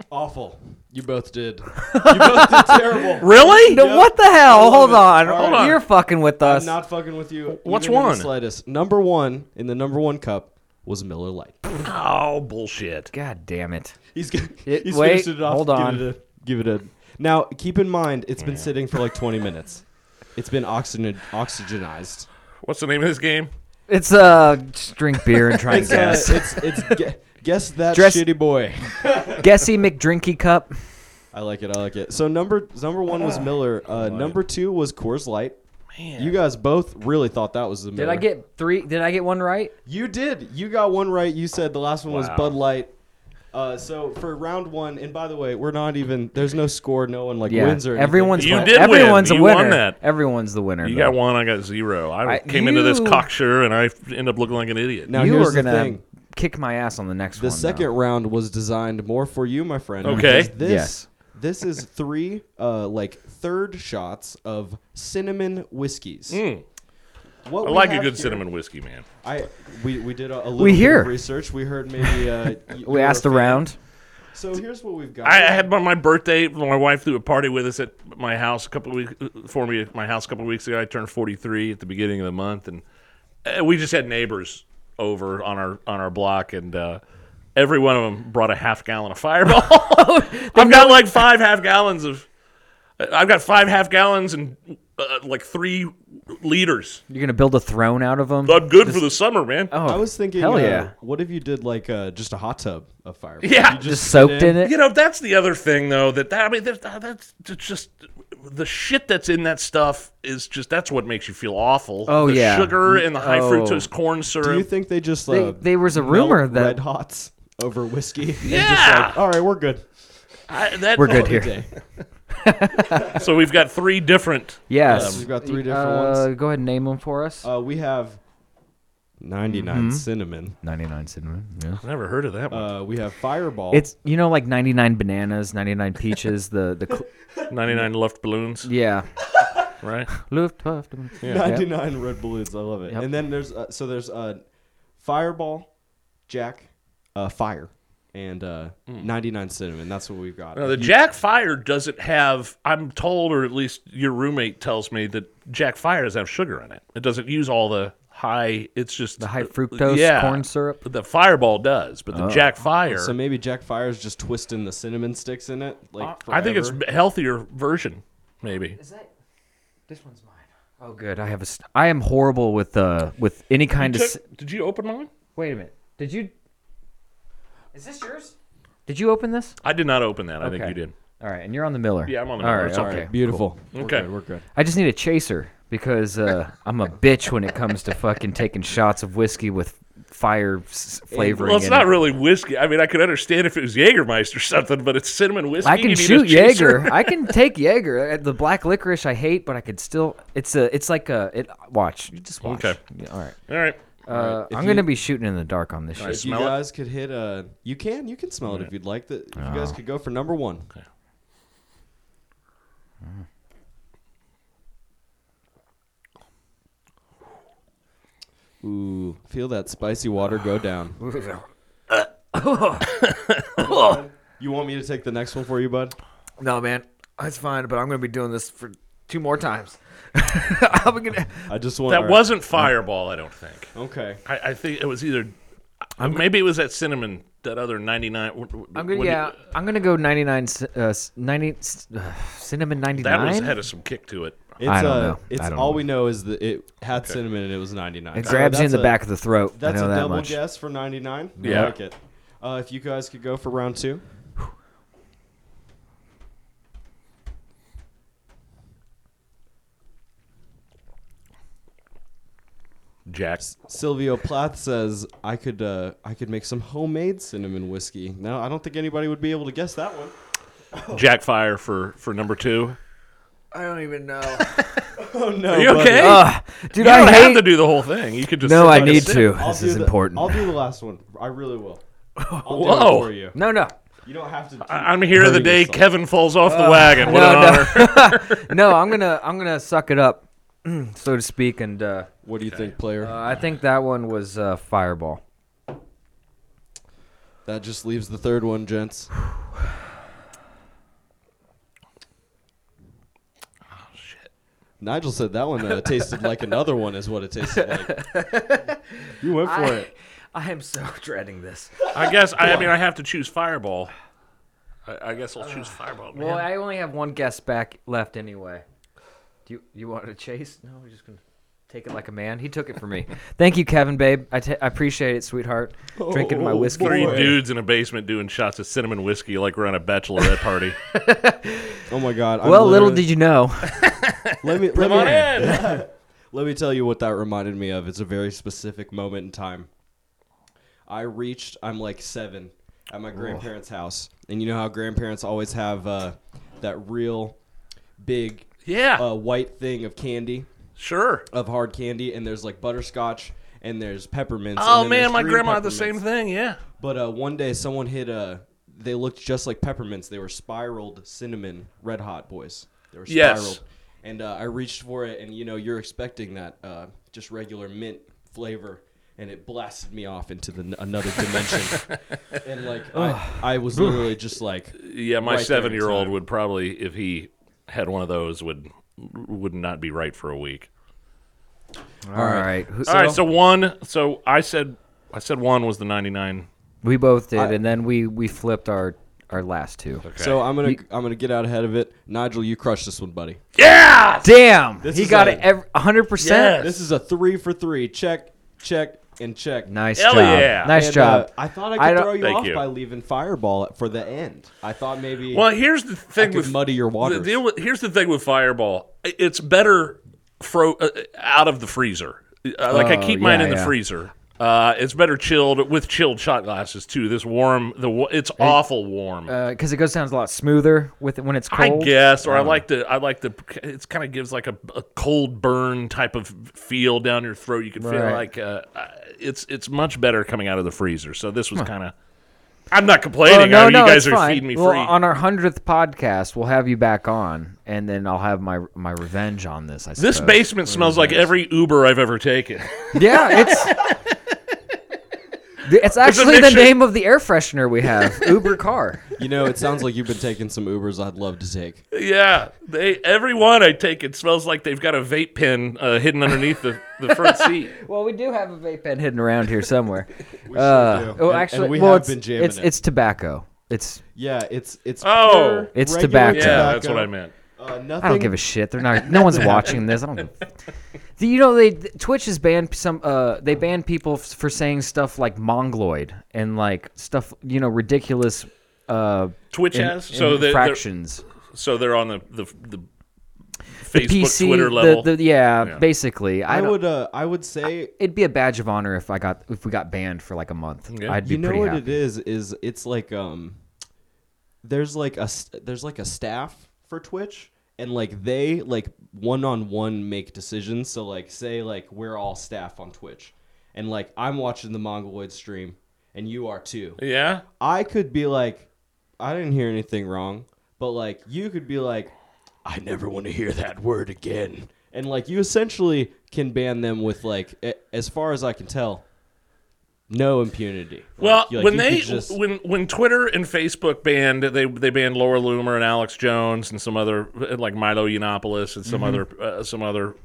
Speaker 5: Awful. You both did. You both did terrible.
Speaker 6: Really?
Speaker 4: No,
Speaker 5: Yep.
Speaker 4: what the hell?
Speaker 5: All
Speaker 4: Hold
Speaker 5: of it.
Speaker 4: on.
Speaker 5: All
Speaker 6: right.
Speaker 4: You're fucking with us.
Speaker 5: I'm not fucking with you.
Speaker 6: What's
Speaker 5: even in the
Speaker 6: one?
Speaker 5: slightest. Number one in the number one cup was Miller Light.
Speaker 6: Oh, bullshit.
Speaker 4: God damn it.
Speaker 5: He's gonna
Speaker 4: It-
Speaker 5: he's
Speaker 4: wait,
Speaker 5: finishing it off.
Speaker 4: hold on.
Speaker 5: Give it, a, give it a. Now keep in mind, it's been sitting for like 20 minutes. It's been oxygen oxygenized.
Speaker 6: What's the name of this game?
Speaker 4: It's uh, just drink beer and try and
Speaker 5: It's, uh,
Speaker 4: guess.
Speaker 5: it's it's gu- guess that
Speaker 4: Dress-
Speaker 5: shitty boy.
Speaker 4: Guessy McDrinky cup.
Speaker 5: Ah, I like it. I like it. So number number one was Miller. Uh, number two was Coors Light. You guys both really thought that was the Miller.
Speaker 4: Did I get three? Did I get one right?
Speaker 5: You did. You got one right. You said the last one was Bud Light. Uh, so for round one, and by the way, we're not even. There's no score. No one like
Speaker 4: Yeah.
Speaker 5: wins or anything.
Speaker 4: Everyone's
Speaker 6: You
Speaker 4: win-
Speaker 6: did win.
Speaker 4: everyone's
Speaker 6: You
Speaker 4: a winner.
Speaker 6: won that.
Speaker 4: Everyone's the winner.
Speaker 6: You
Speaker 4: though.
Speaker 6: got one, I got zero. I,
Speaker 4: I-
Speaker 6: came into this
Speaker 4: you-
Speaker 6: cocksure and I f- end up looking like an idiot.
Speaker 5: Now
Speaker 4: you
Speaker 5: here's
Speaker 4: are
Speaker 5: the
Speaker 4: gonna
Speaker 5: thing.
Speaker 4: kick my ass on the next
Speaker 5: The
Speaker 4: one. though.
Speaker 5: second round was designed more for you, my friend.
Speaker 6: Okay.
Speaker 5: because This,
Speaker 4: Yes.
Speaker 5: This is three, uh, like third shots of cinnamon whiskeys. What
Speaker 6: Hmm. I
Speaker 5: we
Speaker 6: like a
Speaker 5: have
Speaker 6: good
Speaker 5: here-
Speaker 6: cinnamon whiskey, man.
Speaker 5: I we, we did a, a little
Speaker 4: We
Speaker 5: bit
Speaker 4: hear.
Speaker 5: of research. We heard maybe uh, y-
Speaker 4: we
Speaker 5: you're
Speaker 4: asked
Speaker 5: a fan.
Speaker 4: around.
Speaker 5: So here's what we've got.
Speaker 6: I I had my, my birthday. My wife threw a party with us at my house a couple of weeks for me. At my house a couple of weeks ago. I turned forty three at the beginning of the month, and uh, we just had neighbors over on our on our block, and uh, every one of them brought a half gallon of Fireball. I've got like five half gallons of. uh, I've got five half gallons and uh, like three liters.
Speaker 4: You're gonna build a throne out of them.
Speaker 6: I'm good for the summer, man.
Speaker 4: oh,
Speaker 5: I was thinking,
Speaker 4: hell
Speaker 5: uh,
Speaker 4: yeah.
Speaker 5: what if you did like uh, just a hot tub of fire?
Speaker 6: Yeah,
Speaker 5: You
Speaker 4: Just soaked in it.
Speaker 6: You know, that's the other thing, though. That, that I mean, that, that- that's just the shit that's in that stuff is just that's what makes you feel awful.
Speaker 4: Oh,
Speaker 6: the
Speaker 4: yeah.
Speaker 6: sugar and the high
Speaker 4: Oh.
Speaker 6: fructose corn
Speaker 5: Do
Speaker 6: syrup.
Speaker 5: you think they just
Speaker 4: They-
Speaker 5: uh,
Speaker 4: there was a
Speaker 5: melt
Speaker 4: rumor that-
Speaker 5: red hots over whiskey? And just
Speaker 6: Yeah.
Speaker 5: like, all right, we're good.
Speaker 6: I, that,
Speaker 4: We're good here.
Speaker 5: Day.
Speaker 6: So we've got three different.
Speaker 4: Yes.
Speaker 5: We've got three different
Speaker 4: Uh,
Speaker 5: ones.
Speaker 4: go ahead and name them for us.
Speaker 5: Uh, we have 99
Speaker 4: Mm-hmm.
Speaker 5: cinnamon.
Speaker 4: 99 cinnamon. Yeah.
Speaker 6: I've never heard of that one.
Speaker 5: Uh, we have fireball.
Speaker 4: It's you know like 99 bananas, 99 peaches, the the cl-
Speaker 6: Ninety nine Luft balloons,
Speaker 4: Uh, yeah.
Speaker 6: right?
Speaker 4: Luftwaffe.
Speaker 5: 99 red balloons. I love it.
Speaker 4: Yep.
Speaker 5: And then there's uh, so there's uh, fireball, jack, uh, fire, and uh,
Speaker 6: Hmm.
Speaker 5: 99 cinnamon. That's what we've got.
Speaker 6: Now, the Jack Fire doesn't have. I'm told, or at least your roommate tells me that Jack Fire doesn't have sugar in it. It doesn't use all the high. It's just the
Speaker 4: high fructose corn syrup? Oh.
Speaker 6: The Fireball does, but the Jack Fire.
Speaker 5: so maybe Jack Fire's just twisting the cinnamon sticks in it. Like
Speaker 6: I think it's
Speaker 5: forever.
Speaker 6: a healthier version, maybe.
Speaker 4: Is that This one's mine. Oh good. I have a st- I am horrible with uh with any kind of ci-
Speaker 6: Did you open mine?
Speaker 4: Wait a minute. Did you Is this yours? Did you open this?
Speaker 6: I did not open that. I think
Speaker 4: Okay.
Speaker 6: you did.
Speaker 4: All right, and you're on the Miller.
Speaker 6: Yeah, I'm on the
Speaker 4: All
Speaker 6: Miller.
Speaker 4: right,
Speaker 6: It's okay.
Speaker 4: okay.
Speaker 5: beautiful.
Speaker 6: Okay.
Speaker 5: we're good.
Speaker 4: I just need a chaser because uh, I'm a bitch when it comes to fucking taking shots of whiskey with fire s- flavoring.
Speaker 6: Well, it's
Speaker 4: in
Speaker 6: not
Speaker 4: it.
Speaker 6: really whiskey. I mean, I could understand if it was Jägermeister or something, but it's cinnamon whiskey.
Speaker 4: I
Speaker 6: You
Speaker 4: can
Speaker 6: need a
Speaker 4: shoot
Speaker 6: chaser.
Speaker 4: Jaeger. I can take Jaeger. Uh, The black licorice I hate, but I could still. It's a. It's like a. It watch. You Just watch.
Speaker 6: Okay.
Speaker 4: Yeah, all right.
Speaker 6: All right.
Speaker 4: Uh,
Speaker 5: if
Speaker 4: I'm
Speaker 5: you-
Speaker 4: gonna be shooting in the dark on this
Speaker 5: If
Speaker 4: shit.
Speaker 5: you
Speaker 6: smell it?
Speaker 5: guys could hit a, you can, you can smell it if you'd like. That if you
Speaker 4: Ah.
Speaker 5: guys could go for number one. Hmm. Ooh, feel that spicy water go down. you want me to take the next one for you, bud?
Speaker 4: No, man, that's fine. But I'm gonna be doing this for two more times. I'm gonna.
Speaker 5: I just want
Speaker 6: That
Speaker 5: all right.
Speaker 6: wasn't Fireball, I don't think.
Speaker 5: okay.
Speaker 6: I, I think it was either. maybe it was that cinnamon, that other 99. what- what-
Speaker 4: I'm gonna.
Speaker 6: what-
Speaker 4: Yeah, I'm gonna go 99. c- Uh, s- 90. s- Uh, cinnamon 99.
Speaker 6: That was had some kick to it.
Speaker 5: It's,
Speaker 4: I don't
Speaker 5: uh,
Speaker 4: know.
Speaker 5: It's
Speaker 4: I don't
Speaker 5: all
Speaker 4: know.
Speaker 5: we know is that it had cinnamon and it was 99.
Speaker 4: It
Speaker 5: So
Speaker 4: grabs you in
Speaker 5: that's
Speaker 4: the
Speaker 5: a-
Speaker 4: back of the throat. I
Speaker 5: That's
Speaker 4: know
Speaker 5: a
Speaker 4: that
Speaker 5: double
Speaker 4: much.
Speaker 5: guess for 99.
Speaker 6: Yeah.
Speaker 5: I like it. Uh, if you guys could go for round two.
Speaker 6: Jack.
Speaker 5: Silvio Plath says I could uh, I could make some homemade cinnamon whiskey. No, I don't think anybody would be able to guess that one.
Speaker 4: Oh.
Speaker 6: Jack Fire for, for number two.
Speaker 7: I don't even know.
Speaker 5: Oh no.
Speaker 6: Are you okay?
Speaker 4: Ugh, dude,
Speaker 6: you
Speaker 4: I
Speaker 6: don't
Speaker 4: hate.
Speaker 6: have to do the whole thing. You could just.
Speaker 4: no,
Speaker 6: sit
Speaker 4: I
Speaker 6: by the
Speaker 4: need
Speaker 6: cin-
Speaker 4: to. This is important.
Speaker 5: I'll do the last one. I really will. I'll
Speaker 6: Whoa.
Speaker 5: do it for you.
Speaker 4: no, no.
Speaker 5: You don't have to.
Speaker 6: I'm here the
Speaker 5: Hurting
Speaker 6: day
Speaker 5: yourself.
Speaker 6: Kevin falls off the wagon. What
Speaker 4: no,
Speaker 6: an
Speaker 4: no.
Speaker 6: honor.
Speaker 4: no, I'm gonna I'm gonna suck it up, so to speak, and uh,
Speaker 5: What do you think, player?
Speaker 4: uh, I think that one was uh, Fireball.
Speaker 5: that just leaves the third one, gents.
Speaker 4: Oh,
Speaker 5: Nigel said that one uh, tasted like another one, is what it tasted like. you went for it.
Speaker 4: I am so dreading this.
Speaker 6: I guess I, I mean I have to choose Fireball. I, I guess I'll choose Fireball. Man.
Speaker 4: Well, I only have one guess back left anyway. Do you you want to chase? No, we're just gonna. Take it like a man. He took it for me. Thank you, Kevin, babe. I, t- I appreciate it, sweetheart. Drinking my whiskey.
Speaker 6: Three dudes in a basement doing shots of cinnamon whiskey like we're on a bachelorette party.
Speaker 5: Oh my god. I'm
Speaker 4: Well, little
Speaker 5: literally-
Speaker 4: did you know.
Speaker 5: Let me let
Speaker 6: Come on
Speaker 5: me,
Speaker 6: in.
Speaker 5: let me tell you what that reminded me of. It's a very specific moment in time. I reached. I'm like seven at my grandparents' house, and you know how grandparents always have uh, that real big
Speaker 6: Yeah.
Speaker 5: uh, white thing of candy
Speaker 6: Sure.
Speaker 5: of hard candy, and there's like butterscotch and there's peppermints. and
Speaker 6: Oh
Speaker 5: then there's
Speaker 6: man, my
Speaker 5: green
Speaker 6: grandma had the
Speaker 5: peppermints.
Speaker 6: same thing. Yeah.
Speaker 5: But uh, one day, someone hit a. They looked just like peppermints. They were spiraled cinnamon red hot boys. They were
Speaker 6: Yes.
Speaker 5: spiraled. And uh, I reached for it, and you know, you're expecting that uh, just regular mint flavor, and it blasted me off into the, another dimension. and like, I, I was literally just like,
Speaker 6: Yeah, my
Speaker 5: Right there in
Speaker 6: seven-year-old
Speaker 5: time.
Speaker 6: would probably, if he had one of those, would would not be right for a week.
Speaker 4: All right. Who-
Speaker 6: All right, so one. So I said, I said one was the ninety-nine.
Speaker 4: We both did,
Speaker 5: I-
Speaker 4: and then we we flipped our our last two.
Speaker 5: so I'm gonna I'm gonna get out ahead of it. Nigel, you crushed this one, buddy.
Speaker 6: Yeah.
Speaker 4: Damn,
Speaker 5: This
Speaker 4: he
Speaker 5: is
Speaker 4: got
Speaker 5: a-
Speaker 4: it ev- a hundred percent.
Speaker 5: This is a three for three. Check, check, and check.
Speaker 4: Nice
Speaker 6: Hell
Speaker 4: job.
Speaker 6: yeah.
Speaker 4: Nice
Speaker 5: And, uh,
Speaker 4: job.
Speaker 5: I thought
Speaker 4: I
Speaker 5: I could
Speaker 4: don't-
Speaker 5: throw you
Speaker 6: Thank
Speaker 5: off
Speaker 6: you.
Speaker 5: by leaving Fireball for the end. I thought maybe.
Speaker 6: Well, here's the thing
Speaker 5: could
Speaker 6: with
Speaker 5: muddy your
Speaker 6: The
Speaker 5: waters.
Speaker 6: deal with, here's the thing with Fireball. I- It's better fro uh, out of the freezer. Uh, Like I
Speaker 4: Oh,
Speaker 6: keep mine
Speaker 4: yeah,
Speaker 6: in the
Speaker 4: yeah.
Speaker 6: freezer. Uh, it's better chilled with chilled shot glasses too. This warm, the wa- it's awful warm.
Speaker 4: Because it goes down a lot smoother with when it's
Speaker 6: I
Speaker 4: Uh, cold. Oh.
Speaker 6: guess, or I like the I like the. It's kind of gives like a, a cold burn type of feel down your throat. You can feel
Speaker 4: Right.
Speaker 6: like uh, uh, it's it's much better coming out of the freezer. So this was kind of. I'm not complaining.
Speaker 4: Oh,
Speaker 6: I
Speaker 4: no,
Speaker 6: mean,
Speaker 4: no,
Speaker 6: you guys
Speaker 4: it's
Speaker 6: are
Speaker 4: fine.
Speaker 6: feeding me
Speaker 4: well,
Speaker 6: free.
Speaker 4: on our hundredth podcast, we'll have you back on, and then I'll have my my revenge on this. I suppose.
Speaker 6: this basement smells like every Uber I've ever taken.
Speaker 4: Yeah, it's. Th- It's actually the
Speaker 6: mixture.
Speaker 4: name of the air freshener we have, Uber Car.
Speaker 5: You know, it sounds like you've been taking some Ubers I'd love to take.
Speaker 6: yeah, they everyone I take it smells like they've got a vape pen uh, hidden underneath the, the front seat.
Speaker 4: Well, we do have a vape pen hidden around here somewhere.
Speaker 5: We
Speaker 4: Uh, oh,
Speaker 5: And-
Speaker 4: actually,
Speaker 5: and we
Speaker 4: well,
Speaker 5: have
Speaker 4: it's,
Speaker 5: been jamming
Speaker 4: it's,
Speaker 5: it.
Speaker 4: it's tobacco. It's
Speaker 5: yeah, it's it's
Speaker 6: Oh.
Speaker 5: pure
Speaker 4: It's
Speaker 5: regular
Speaker 4: tobacco.
Speaker 6: Yeah, that's what I meant.
Speaker 5: Uh, nothing.
Speaker 4: I don't give a shit. They're not. No one's watching this. I don't. Give a, Do you know they Twitch has banned some. Uh, they banned people f- for saying stuff like mongoloid and like stuff. You know, ridiculous. Uh,
Speaker 6: Twitch
Speaker 4: in-
Speaker 6: has so they're- they're,
Speaker 4: infractions.
Speaker 6: so they're on the the, the Facebook
Speaker 4: The PC,
Speaker 6: Twitter level.
Speaker 4: The, the, yeah,
Speaker 6: Yeah.
Speaker 4: basically. I,
Speaker 5: I
Speaker 4: would.
Speaker 5: would uh, I would say
Speaker 4: It'd be a badge of honor if I got if we got banned for like a month.
Speaker 6: Yeah.
Speaker 4: I'd be
Speaker 5: you know
Speaker 4: pretty
Speaker 5: what
Speaker 4: happy.
Speaker 5: it is is it's like um there's like a st- there's like a staff for Twitch and like they like one on one make decisions. So like say like we're all staff on Twitch and like I'm watching the Mongoloid stream and you are too.
Speaker 6: yeah.
Speaker 5: I could be like, I didn't hear anything wrong, but like you could be like, I never want to hear that word again, and like you essentially can ban them with like, a- as far as I can tell, no impunity.
Speaker 6: Well,
Speaker 5: Like, you- like,
Speaker 6: when
Speaker 5: you could
Speaker 6: they
Speaker 5: just-
Speaker 6: when when Twitter and Facebook banned they they banned Laura Loomer and Alex Jones and some other like Milo Yiannopoulos and some
Speaker 4: Mm-hmm.
Speaker 6: other uh, some other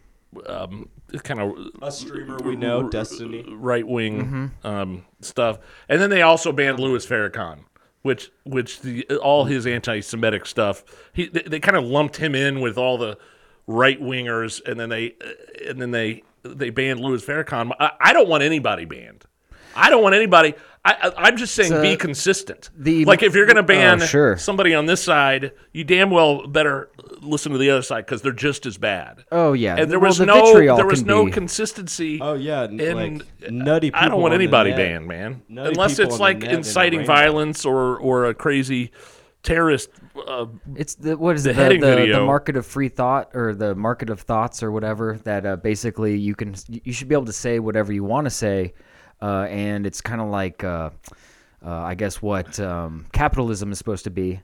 Speaker 6: um, kind of
Speaker 5: a streamer we know, Destiny.
Speaker 6: right wing
Speaker 4: Mm-hmm.
Speaker 6: um, stuff, and then they also banned Louis Farrakhan, which which the, all his anti-Semitic stuff. He they, they kind of lumped him in with all the right wingers, and then they uh, and then they they banned Louis Farrakhan. I, I don't want anybody banned. I don't want anybody. I, I, I'm just saying, be consistent.
Speaker 4: the-
Speaker 6: like if you're going to ban
Speaker 4: Oh, sure.
Speaker 6: somebody on this side, you damn well better listen to the other side because they're just as bad.
Speaker 4: Oh, yeah.
Speaker 6: and there
Speaker 4: Well,
Speaker 6: was
Speaker 4: the
Speaker 6: no
Speaker 4: vitriol
Speaker 6: there was
Speaker 4: can
Speaker 6: no
Speaker 4: be-
Speaker 6: consistency.
Speaker 5: Oh yeah, n-
Speaker 6: And
Speaker 5: like nutty. People
Speaker 6: I don't want
Speaker 5: on the
Speaker 6: anybody
Speaker 5: net.
Speaker 6: banned, man.
Speaker 5: Nutty
Speaker 6: Unless
Speaker 5: people
Speaker 6: it's
Speaker 5: on the
Speaker 6: like
Speaker 5: net in the
Speaker 6: inciting
Speaker 5: rain.
Speaker 6: violence or or a crazy terrorist. Uh,
Speaker 4: It's the what is it, the
Speaker 6: heading
Speaker 4: the, the,
Speaker 6: video.
Speaker 4: market of free thought or the market of thoughts or whatever that uh, basically you can you should be able to say whatever you want to say, uh, and it's kind of like uh, uh, I guess what um, capitalism is supposed to be.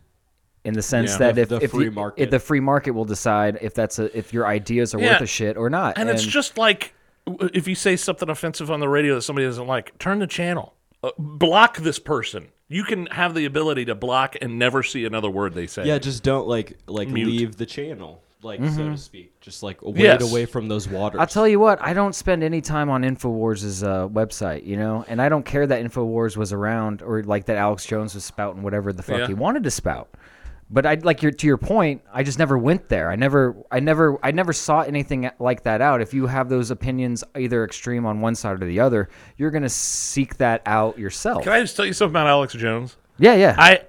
Speaker 4: In the sense
Speaker 6: Yeah.
Speaker 4: that
Speaker 5: The-
Speaker 4: if,
Speaker 5: the
Speaker 4: if
Speaker 5: free
Speaker 4: you-
Speaker 5: market.
Speaker 4: if the free market will decide if that's a, if your ideas are
Speaker 6: Yeah.
Speaker 4: worth a shit or not,
Speaker 6: and, it's just like w- if you say something offensive on the radio that somebody doesn't like, turn the channel, uh, block this person. You can have the ability to block and never see another word they say.
Speaker 5: Yeah, just don't like like
Speaker 6: Mute.
Speaker 5: leave the channel, like so to speak. Just like wade
Speaker 6: Yes.
Speaker 5: away from those waters.
Speaker 4: I'll tell you what, Mm-hmm. I don't spend any time on InfoWars' uh, website, you know, and I don't care that InfoWars was around or like that Alex Jones was spouting whatever the fuck
Speaker 6: Yeah.
Speaker 4: he wanted to spout. But I like your to your point. I just never went there. I never, I never, I never saw anything like that out. If you have those opinions, either extreme on one side or the other, you're gonna seek that out yourself.
Speaker 6: Can I just tell you something about Alex Jones?
Speaker 4: yeah, yeah.
Speaker 6: I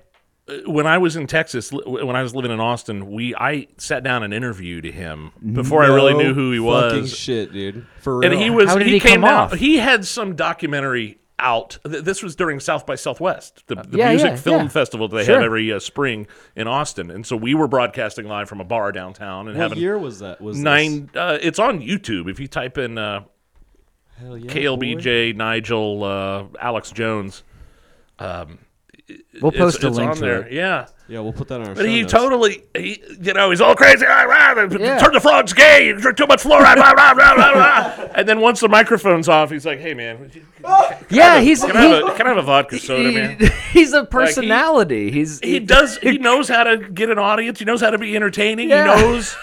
Speaker 6: uh, when I was in Texas, li- when I was living in Austin, we I sat down and interviewed him before I really
Speaker 5: No
Speaker 6: knew who he
Speaker 5: fucking
Speaker 6: was.
Speaker 5: Shit, dude. For real.
Speaker 6: and he was
Speaker 4: How did
Speaker 6: he,
Speaker 4: he
Speaker 6: came
Speaker 4: come
Speaker 6: out.
Speaker 4: off?
Speaker 6: He had some documentary out. Th- This was during South by Southwest, the, the
Speaker 4: yeah,
Speaker 6: music
Speaker 4: yeah,
Speaker 6: film
Speaker 4: yeah.
Speaker 6: festival that they
Speaker 4: Sure.
Speaker 6: have every uh, spring in Austin, and so we were broadcasting live from a bar downtown and
Speaker 5: What
Speaker 6: having
Speaker 5: year was that? Was this?
Speaker 6: nine. Uh, it's on YouTube if you type in uh,
Speaker 5: Hell yeah, boy.
Speaker 6: KLBJ Nigel uh, Alex Jones.
Speaker 4: we'll post
Speaker 6: it's,
Speaker 4: a
Speaker 6: it's
Speaker 4: link
Speaker 6: on
Speaker 4: to
Speaker 6: there.
Speaker 4: it.
Speaker 6: Yeah.
Speaker 5: Yeah, we'll put that on our.
Speaker 6: But
Speaker 5: show
Speaker 6: he
Speaker 5: notes.
Speaker 6: totally, he, you know, he's all crazy. "Ah, rah, rah,
Speaker 4: Yeah.
Speaker 6: Turn the frogs gay. You drink too much fluoride. rah, rah, rah, rah, rah." And then once the microphone's off, he's like, "Hey man, would you-
Speaker 4: Yeah, he's
Speaker 6: can I have
Speaker 4: he-
Speaker 6: a, can I have a vodka soda, man?"
Speaker 4: he's a personality. he's
Speaker 6: He does. He knows how to get an audience. He knows how to be entertaining.
Speaker 4: Yeah.
Speaker 6: He knows.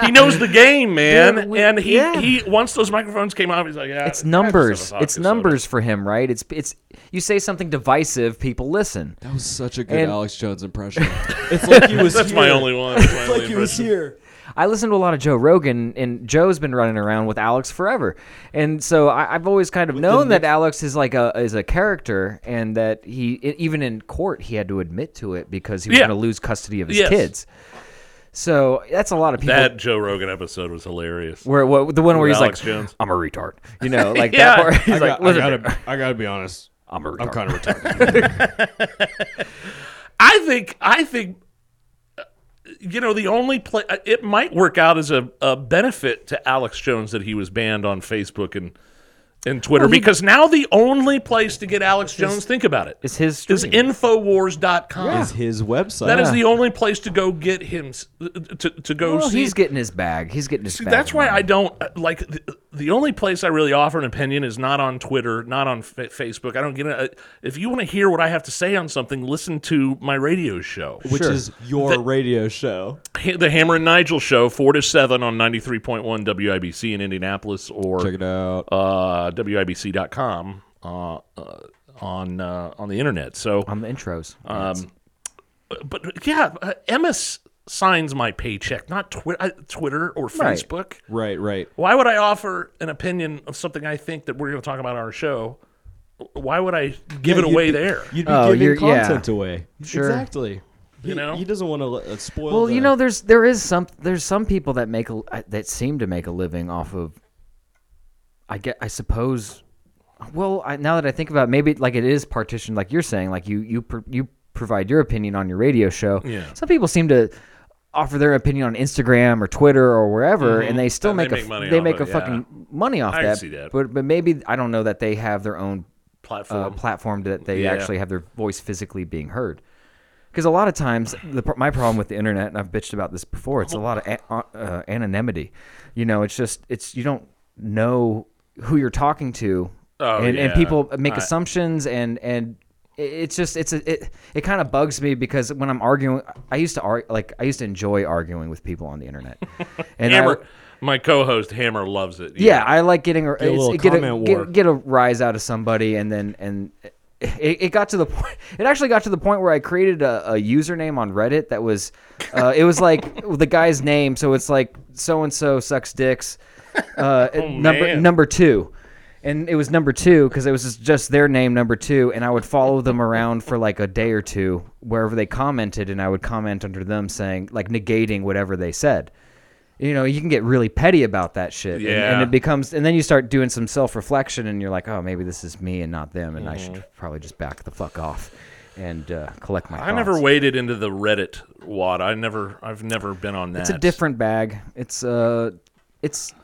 Speaker 6: he knows the game, man.
Speaker 4: Dude, we-
Speaker 6: and he,
Speaker 4: yeah.
Speaker 6: he once those microphones came off, he's like, "Yeah."
Speaker 4: It's
Speaker 6: I have to have a
Speaker 4: numbers.
Speaker 6: vodka
Speaker 4: It's
Speaker 6: soda."
Speaker 4: numbers for him, right? It's it's you say something divisive, people listen.
Speaker 5: That was such a good
Speaker 4: And-
Speaker 5: Alex Jones impression. it's like he was.
Speaker 6: That's
Speaker 5: here.
Speaker 6: my only one. That's my
Speaker 5: It's
Speaker 6: only
Speaker 5: like he was
Speaker 6: impression.
Speaker 5: here.
Speaker 4: I listen to a lot of Joe Rogan, and Joe's been running around with Alex forever, and so I, I've always kind of known that Alex is like a is a character, and that he e- even in court he had to admit to it because he was
Speaker 6: Yeah.
Speaker 4: going to lose custody of his
Speaker 6: Yes.
Speaker 4: kids. So that's a lot of people.
Speaker 6: That Joe Rogan episode was hilarious.
Speaker 4: where what, the one where
Speaker 6: With
Speaker 4: he's
Speaker 6: Alex
Speaker 4: like,
Speaker 6: Jones.
Speaker 4: "I'm a retard," you know, like
Speaker 6: Yeah.
Speaker 4: that part. He's
Speaker 5: I,
Speaker 4: like,
Speaker 5: got,
Speaker 4: "Listen,
Speaker 5: I, gotta, I gotta be honest.
Speaker 4: I'm a retard."
Speaker 5: I'm kind of retarded.
Speaker 6: I think I think uh, you know the only play it might work out as a, a benefit to Alex Jones that he was banned on Facebook and and Twitter because now the only place to get Alex Jones think about it
Speaker 4: it's his
Speaker 6: is
Speaker 4: stream.
Speaker 6: infowars.com.
Speaker 5: Is his website?
Speaker 6: That is
Speaker 4: Yeah.
Speaker 6: the only place to go get him s- uh, to to go
Speaker 4: well,
Speaker 6: see
Speaker 4: he's getting his bag. He's getting his
Speaker 6: See,
Speaker 4: bag.
Speaker 6: that's
Speaker 4: of
Speaker 6: why
Speaker 4: money.
Speaker 6: I don't uh, like the, the only place I really offer an opinion is not on Twitter, not on fa Facebook. I don't get it. Uh, If you want to hear what I have to say on something, listen to my radio show,
Speaker 5: which
Speaker 4: Sure.
Speaker 5: is your radio show.
Speaker 6: Ha- the Hammer and Nigel show, four to seven on ninety three point one WIBC in Indianapolis, or
Speaker 5: Check it out.
Speaker 6: uh, WIBC.com uh, uh, on uh, on the internet. So,
Speaker 4: on the intros.
Speaker 6: um, but yeah, uh, Emmis signs my paycheck, not Twi- uh, Twitter or
Speaker 4: Right.
Speaker 6: Facebook.
Speaker 5: right, right.
Speaker 6: Why would I offer an opinion of something I think that we're going to talk about on our show? Why would I give it
Speaker 5: Yeah, you'd
Speaker 6: away
Speaker 5: be-
Speaker 6: there?
Speaker 5: You'd be
Speaker 4: Oh, you're-
Speaker 5: giving
Speaker 4: yeah.
Speaker 5: content away.
Speaker 4: Sure.
Speaker 5: Exactly. He,
Speaker 6: You know?
Speaker 5: he doesn't want to uh, spoil.
Speaker 4: Well, you
Speaker 5: the-
Speaker 4: know, there's there is some there's some people that make a, that seem to make a living off of. I get, I suppose. Well, I, now that I think about, it, maybe like it is partitioned, like you're saying, like you you pr- you provide your opinion on your radio show.
Speaker 6: Yeah.
Speaker 4: Some people seem to offer their opinion on Instagram or Twitter or wherever, and they still
Speaker 6: Mm-hmm. And
Speaker 4: make
Speaker 6: they
Speaker 4: a f-
Speaker 6: make money
Speaker 4: they
Speaker 6: off
Speaker 4: make a
Speaker 6: of it, yeah.
Speaker 4: fucking money off
Speaker 6: I can
Speaker 4: that.
Speaker 6: see that.
Speaker 4: But but maybe I don't know that they have their own uh,
Speaker 6: Platform.
Speaker 4: platform that they
Speaker 6: Yeah.
Speaker 4: actually have their voice physically being heard. Because a lot of times, the, pro- my problem with the internet, and I've bitched about this before, it's a lot of a, uh, anonymity. You know, it's just it's you don't know who you're talking to,
Speaker 6: Oh,
Speaker 4: and, and
Speaker 6: yeah.
Speaker 4: people make
Speaker 6: I-
Speaker 4: assumptions, and and it- it's just it's a, it it kind of bugs me because when I'm arguing, I used to argue like I used to enjoy arguing with people on the internet, and I-
Speaker 6: Hammer, my co-host Hammer loves it.
Speaker 4: yeah, I like getting a, it's-
Speaker 5: little
Speaker 4: get, a,
Speaker 5: comment war.
Speaker 4: get, get a rise out of somebody, and then and it, it got to the point. It actually got to the point where I created a, a username on Reddit that was, uh, it was like the guy's name, so it's like so and so sucks dicks, uh, number
Speaker 6: man.
Speaker 4: number two. And it was number two because it was just- just their name, number two. And I would follow them around for like a day or two wherever they commented, and I would comment under them saying, like, negating whatever they said you know you can get really petty about that shit and, and
Speaker 6: Yeah.
Speaker 4: it becomes and then you start doing some self-reflection and you're like oh maybe this is me and not them and i should probably just back the fuck off and uh, collect my
Speaker 6: Mm-hmm. I never
Speaker 4: thoughts.
Speaker 6: waded into the Reddit wad. I never, I've never been on that.
Speaker 4: it's a different bag it's uh it's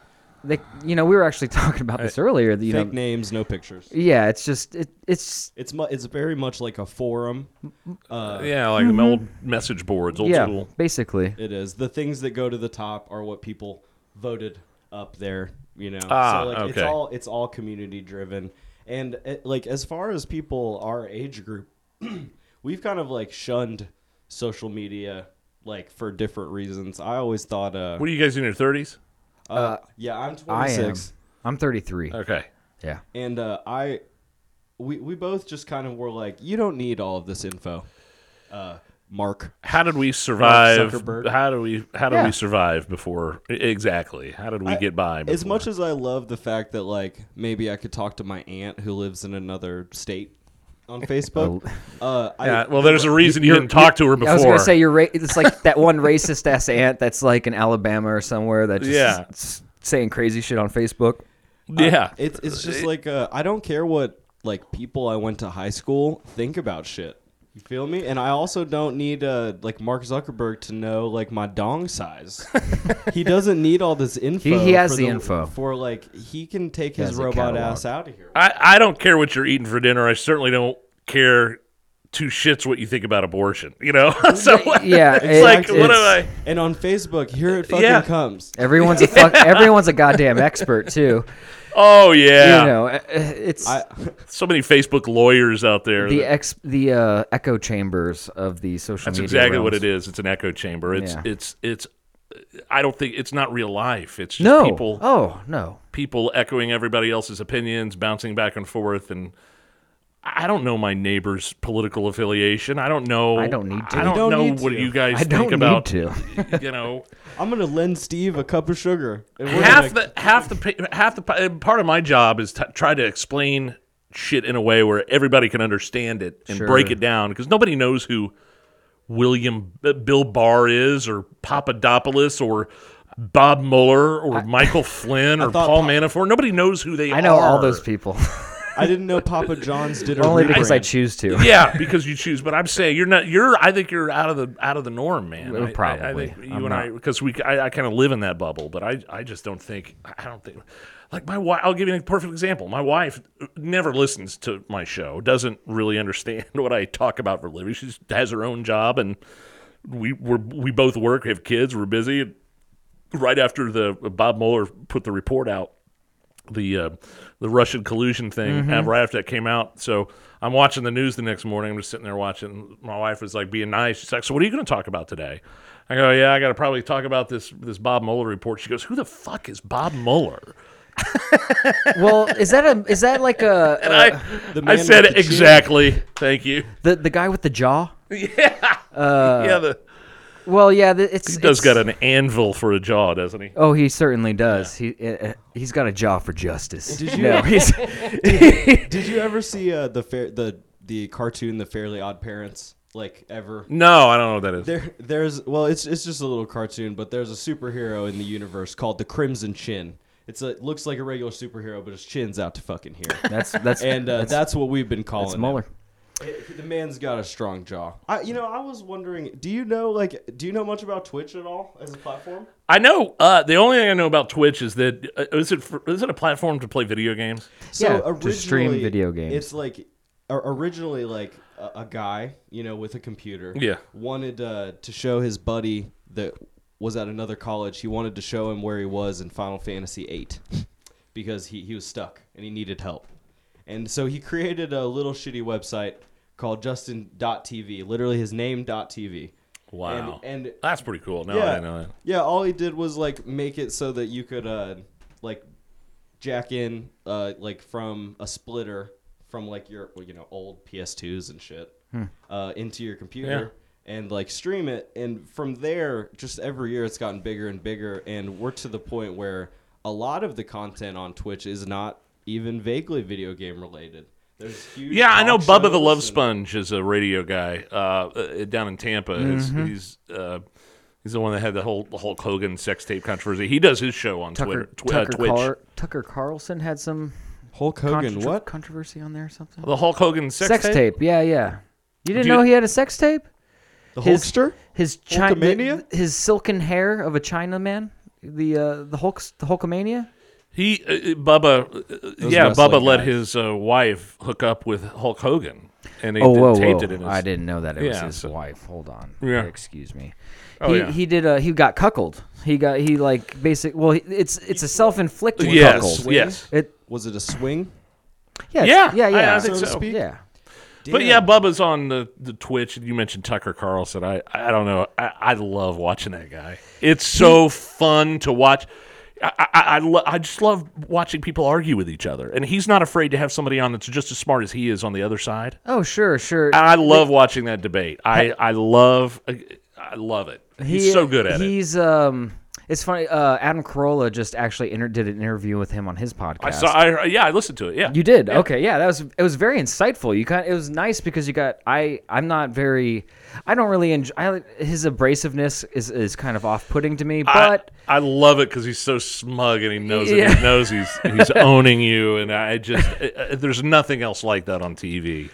Speaker 4: they you know we were actually talking about this earlier that, you know
Speaker 5: fake names, no pictures.
Speaker 4: yeah it's just it, it's
Speaker 5: It's mu- it's very much like a forum.
Speaker 6: Uh, Yeah, like the old message boards, old
Speaker 4: Mm-hmm. yeah
Speaker 6: school.
Speaker 4: basically
Speaker 5: It is the things that go to the top are what people voted up there. You know,
Speaker 6: Ah,
Speaker 5: so like it's
Speaker 6: okay.
Speaker 5: all it's all community driven, and it, like as far as people our age group, we've kind of like shunned social media like for different reasons. I always thought, uh,
Speaker 6: What are you guys in your thirties?
Speaker 5: uh yeah, I'm
Speaker 4: i am
Speaker 5: 26.
Speaker 4: i'm 33
Speaker 6: Okay.
Speaker 4: yeah
Speaker 5: and uh, I, we we both just kind of were like, you don't need all of this info. Uh, Mark.
Speaker 6: How did we survive?
Speaker 5: Zuckerberg.
Speaker 6: How do we? How do
Speaker 5: Yeah.
Speaker 6: we survive before? e- Exactly. How did we
Speaker 5: I-
Speaker 6: get by?
Speaker 5: As
Speaker 6: before?
Speaker 5: much as I love the fact that like maybe I could talk to my aunt who lives in another state on Facebook. uh, I,
Speaker 6: Yeah, well, there's a reason you didn't talk to her before.
Speaker 4: I was gonna say you're. Ra- it's like that one racist ass aunt that's like in Alabama or somewhere that just
Speaker 6: Yeah.
Speaker 4: yeah. saying crazy shit on Facebook. uh,
Speaker 6: yeah.
Speaker 5: It's it's just like uh, I don't care what like people I went to high school think about shit. You feel me? And I also don't need uh, like Mark Zuckerberg to know like my dong size. he doesn't need all this info.
Speaker 4: He- he has
Speaker 5: for
Speaker 4: the info.
Speaker 5: for like he can take his
Speaker 4: has a
Speaker 5: robot
Speaker 4: catalog.
Speaker 5: ass out of here.
Speaker 6: I, I don't care what you're eating for dinner. I certainly don't care two shits what you think about abortion. You know, so
Speaker 4: Yeah,
Speaker 6: it's like
Speaker 4: it's-
Speaker 6: what am I?
Speaker 5: And on Facebook, here it fucking
Speaker 6: Yeah.
Speaker 5: comes.
Speaker 4: Everyone's a fuck, everyone's a goddamn expert too.
Speaker 6: Oh yeah,
Speaker 4: You know, uh, uh, it's
Speaker 5: I,
Speaker 6: so many Facebook lawyers out there.
Speaker 4: the
Speaker 6: that-
Speaker 4: ex the uh, echo chambers of the social
Speaker 6: that's
Speaker 4: media.
Speaker 6: exactly
Speaker 4: realms.
Speaker 6: what it is. It's an echo chamber. It's
Speaker 4: Yeah.
Speaker 6: it's it's. I don't think it's not real life. It's just
Speaker 4: No.
Speaker 6: people
Speaker 4: Oh no.
Speaker 6: people echoing everybody else's opinions, bouncing back and forth, and I don't know my neighbor's political affiliation. I don't know.
Speaker 4: I don't need to.
Speaker 6: I
Speaker 4: You
Speaker 6: don't,
Speaker 5: don't
Speaker 6: know
Speaker 5: need
Speaker 6: what
Speaker 5: to.
Speaker 6: you guys
Speaker 4: I
Speaker 6: think
Speaker 4: don't need
Speaker 6: about.
Speaker 4: to.
Speaker 6: You know,
Speaker 5: I'm gonna lend Steve a cup of sugar. And we're
Speaker 6: half
Speaker 5: gonna-
Speaker 6: the half the pa- half the pa- uh, part of my job is to try to explain shit in a way where everybody can understand it and break it down because nobody knows who William uh, Bill Barr is or Papadopoulos or Bob Mueller or Michael Flynn or
Speaker 5: thought
Speaker 6: Paul
Speaker 5: Pa-
Speaker 6: Manafort. Nobody knows who they are.
Speaker 4: I know all those people
Speaker 5: I didn't know Papa John's did a
Speaker 4: only because I
Speaker 5: rebrand.
Speaker 4: choose to.
Speaker 6: yeah, because you choose. But I'm saying you're not. You're. I think you're out of the out of the norm, man.
Speaker 4: Well,
Speaker 6: I- I- I,
Speaker 4: probably.
Speaker 6: think you
Speaker 4: I'm
Speaker 6: and I because we. I, I kind of live in that bubble, but I. I just don't think. I don't think. Like my wife. I'll give you a perfect example. My wife never listens to my show. Doesn't really understand what I talk about for a living. She has her own job, and we we're, we both work. Have kids. We're busy. Right after the Bob Mueller put the report out, the uh, the Russian collusion thing uh, right after that came out. So I'm watching the news the next morning. I'm just sitting there watching. My wife was like being nice. She's like, "So what are you going to talk about today?" I go, "Yeah, I got to probably talk about this this Bob Mueller report." She goes, "Who the fuck is Bob Mueller?"
Speaker 4: Well, is that a is that like a, a
Speaker 6: I, I
Speaker 5: man
Speaker 6: said
Speaker 5: with the chin.
Speaker 6: exactly. Thank you.
Speaker 4: the the guy with the jaw?
Speaker 5: Uh,
Speaker 6: yeah, the,
Speaker 4: Well, yeah, th- it's
Speaker 6: he does
Speaker 4: it's-
Speaker 6: got an anvil for a jaw, doesn't he?
Speaker 4: Oh, he certainly does. He uh, uh, he's got a jaw for justice.
Speaker 5: Did you-
Speaker 4: No, he's,
Speaker 5: Did you ever see uh, the fair the the cartoon The Fairly Odd Parents? Like ever?
Speaker 6: No, I don't know what that is.
Speaker 5: There, there's well, it's it's just a little cartoon, but there's a superhero in the universe called the Crimson Chin. It's a it looks like a regular superhero, but his chin's out to fucking here,
Speaker 4: that's that's
Speaker 5: and uh, that's,
Speaker 4: that's,
Speaker 5: what we've been calling.
Speaker 4: that's
Speaker 5: him.
Speaker 4: Mueller.
Speaker 5: The man's got a strong jaw. I, you know, I was wondering, do you know like, do you know much about Twitch at all as a platform?
Speaker 6: I know uh, the only thing I know about Twitch is that uh, is it for, is it a platform to play video games?
Speaker 5: So
Speaker 4: Yeah, to stream
Speaker 5: originally,
Speaker 4: video games.
Speaker 5: It's like o- originally like a, a guy, you know, with a computer.
Speaker 6: Yeah.
Speaker 5: Wanted uh, to show his buddy that was at another college. He wanted to show him where he was in Final Fantasy VIII because he, he was stuck and he needed help. And so he created a little shitty website called Justin.tv, literally his name .tv.
Speaker 6: Wow,
Speaker 5: And, and
Speaker 6: that's pretty cool. No, Oh, I
Speaker 5: yeah,
Speaker 6: didn't know that.
Speaker 5: yeah, all he did was like make it so that you could uh like jack in uh like from a splitter from like your well, you know old PS2s and shit uh into your computer and like stream it and from there just every year it's gotten bigger and bigger and we're to the point where a lot of the content on Twitch is not even vaguely video game related. There's huge
Speaker 6: Yeah, I know
Speaker 5: talk
Speaker 6: Bubba the
Speaker 5: shows
Speaker 6: Love
Speaker 5: and-
Speaker 6: Sponge is a radio guy uh, uh, down in Tampa. Is-
Speaker 4: Mm-hmm.
Speaker 6: He's uh, he's the one that had the whole the Hulk Hogan sex tape controversy. He does his show on
Speaker 4: Tucker
Speaker 6: Twitter, tw- uh,
Speaker 4: Tucker,
Speaker 6: Twitch.
Speaker 4: Car- Tucker Carlson had some
Speaker 5: Hulk Hogan,
Speaker 4: contro-
Speaker 5: what?
Speaker 4: controversy on there or something?
Speaker 6: The Hulk Hogan sex,
Speaker 4: Sex
Speaker 6: tape.
Speaker 4: tape. Yeah, yeah. You didn't
Speaker 6: you-
Speaker 4: know he had a sex tape?
Speaker 5: The
Speaker 4: His-
Speaker 5: Hulkster?
Speaker 4: His China,
Speaker 5: Hulkamania?
Speaker 4: his silken hair of a Chinaman, the uh, the Hulk, the Hulkamania.
Speaker 6: He uh, uh, Bubba, uh, yeah,
Speaker 5: wrestling
Speaker 6: Bubba let
Speaker 5: guys.
Speaker 6: his uh, wife hook up with Hulk Hogan, and they
Speaker 4: oh,
Speaker 6: did-
Speaker 4: whoa,
Speaker 6: taped
Speaker 4: whoa.
Speaker 6: it in his.
Speaker 4: I didn't know that it was
Speaker 6: Yeah,
Speaker 4: his
Speaker 6: so-
Speaker 4: wife. Hold on.
Speaker 6: Yeah.
Speaker 4: Excuse me.
Speaker 6: Oh,
Speaker 4: he
Speaker 6: yeah.
Speaker 4: he did a he got cuckolded. He got he like basic. Well, he- it's it's a self inflicted
Speaker 6: Yes,
Speaker 4: cuckold.
Speaker 6: yes,
Speaker 4: It
Speaker 5: Was it a swing?
Speaker 4: yeah
Speaker 6: Yeah,
Speaker 4: it's- yeah
Speaker 6: I-
Speaker 4: yeah
Speaker 6: I think So to so. speak.
Speaker 4: yeah.
Speaker 6: but
Speaker 5: Damn.
Speaker 6: yeah, Bubba's on the, the Twitch, and you mentioned Tucker Carlson. I I don't know. I, I love watching that guy. It's so fun to watch. I, I, I, lo- I just love watching people argue with each other, and he's not afraid to have somebody on that's just as smart as he is on the other side.
Speaker 4: Oh, sure, sure.
Speaker 6: And I love watching that debate. I, I love I love it. He's
Speaker 4: He-
Speaker 6: so good at it.
Speaker 4: He's um. It's funny. Uh, Adam Carolla just actually inter- did an interview with him on his podcast.
Speaker 6: I saw. I, yeah, I listened to it. Yeah,
Speaker 4: You did. Okay. Yeah, that was it was very insightful. You kind it was nice because you got I I'm not very I don't really enjoy I, his abrasiveness is is kind of off-putting to me,
Speaker 6: I-
Speaker 4: but
Speaker 6: I, love it because he's so smug and he knows it.
Speaker 4: Yeah.
Speaker 6: He knows he's he's owning you, and I just uh, there's nothing else like that on TV,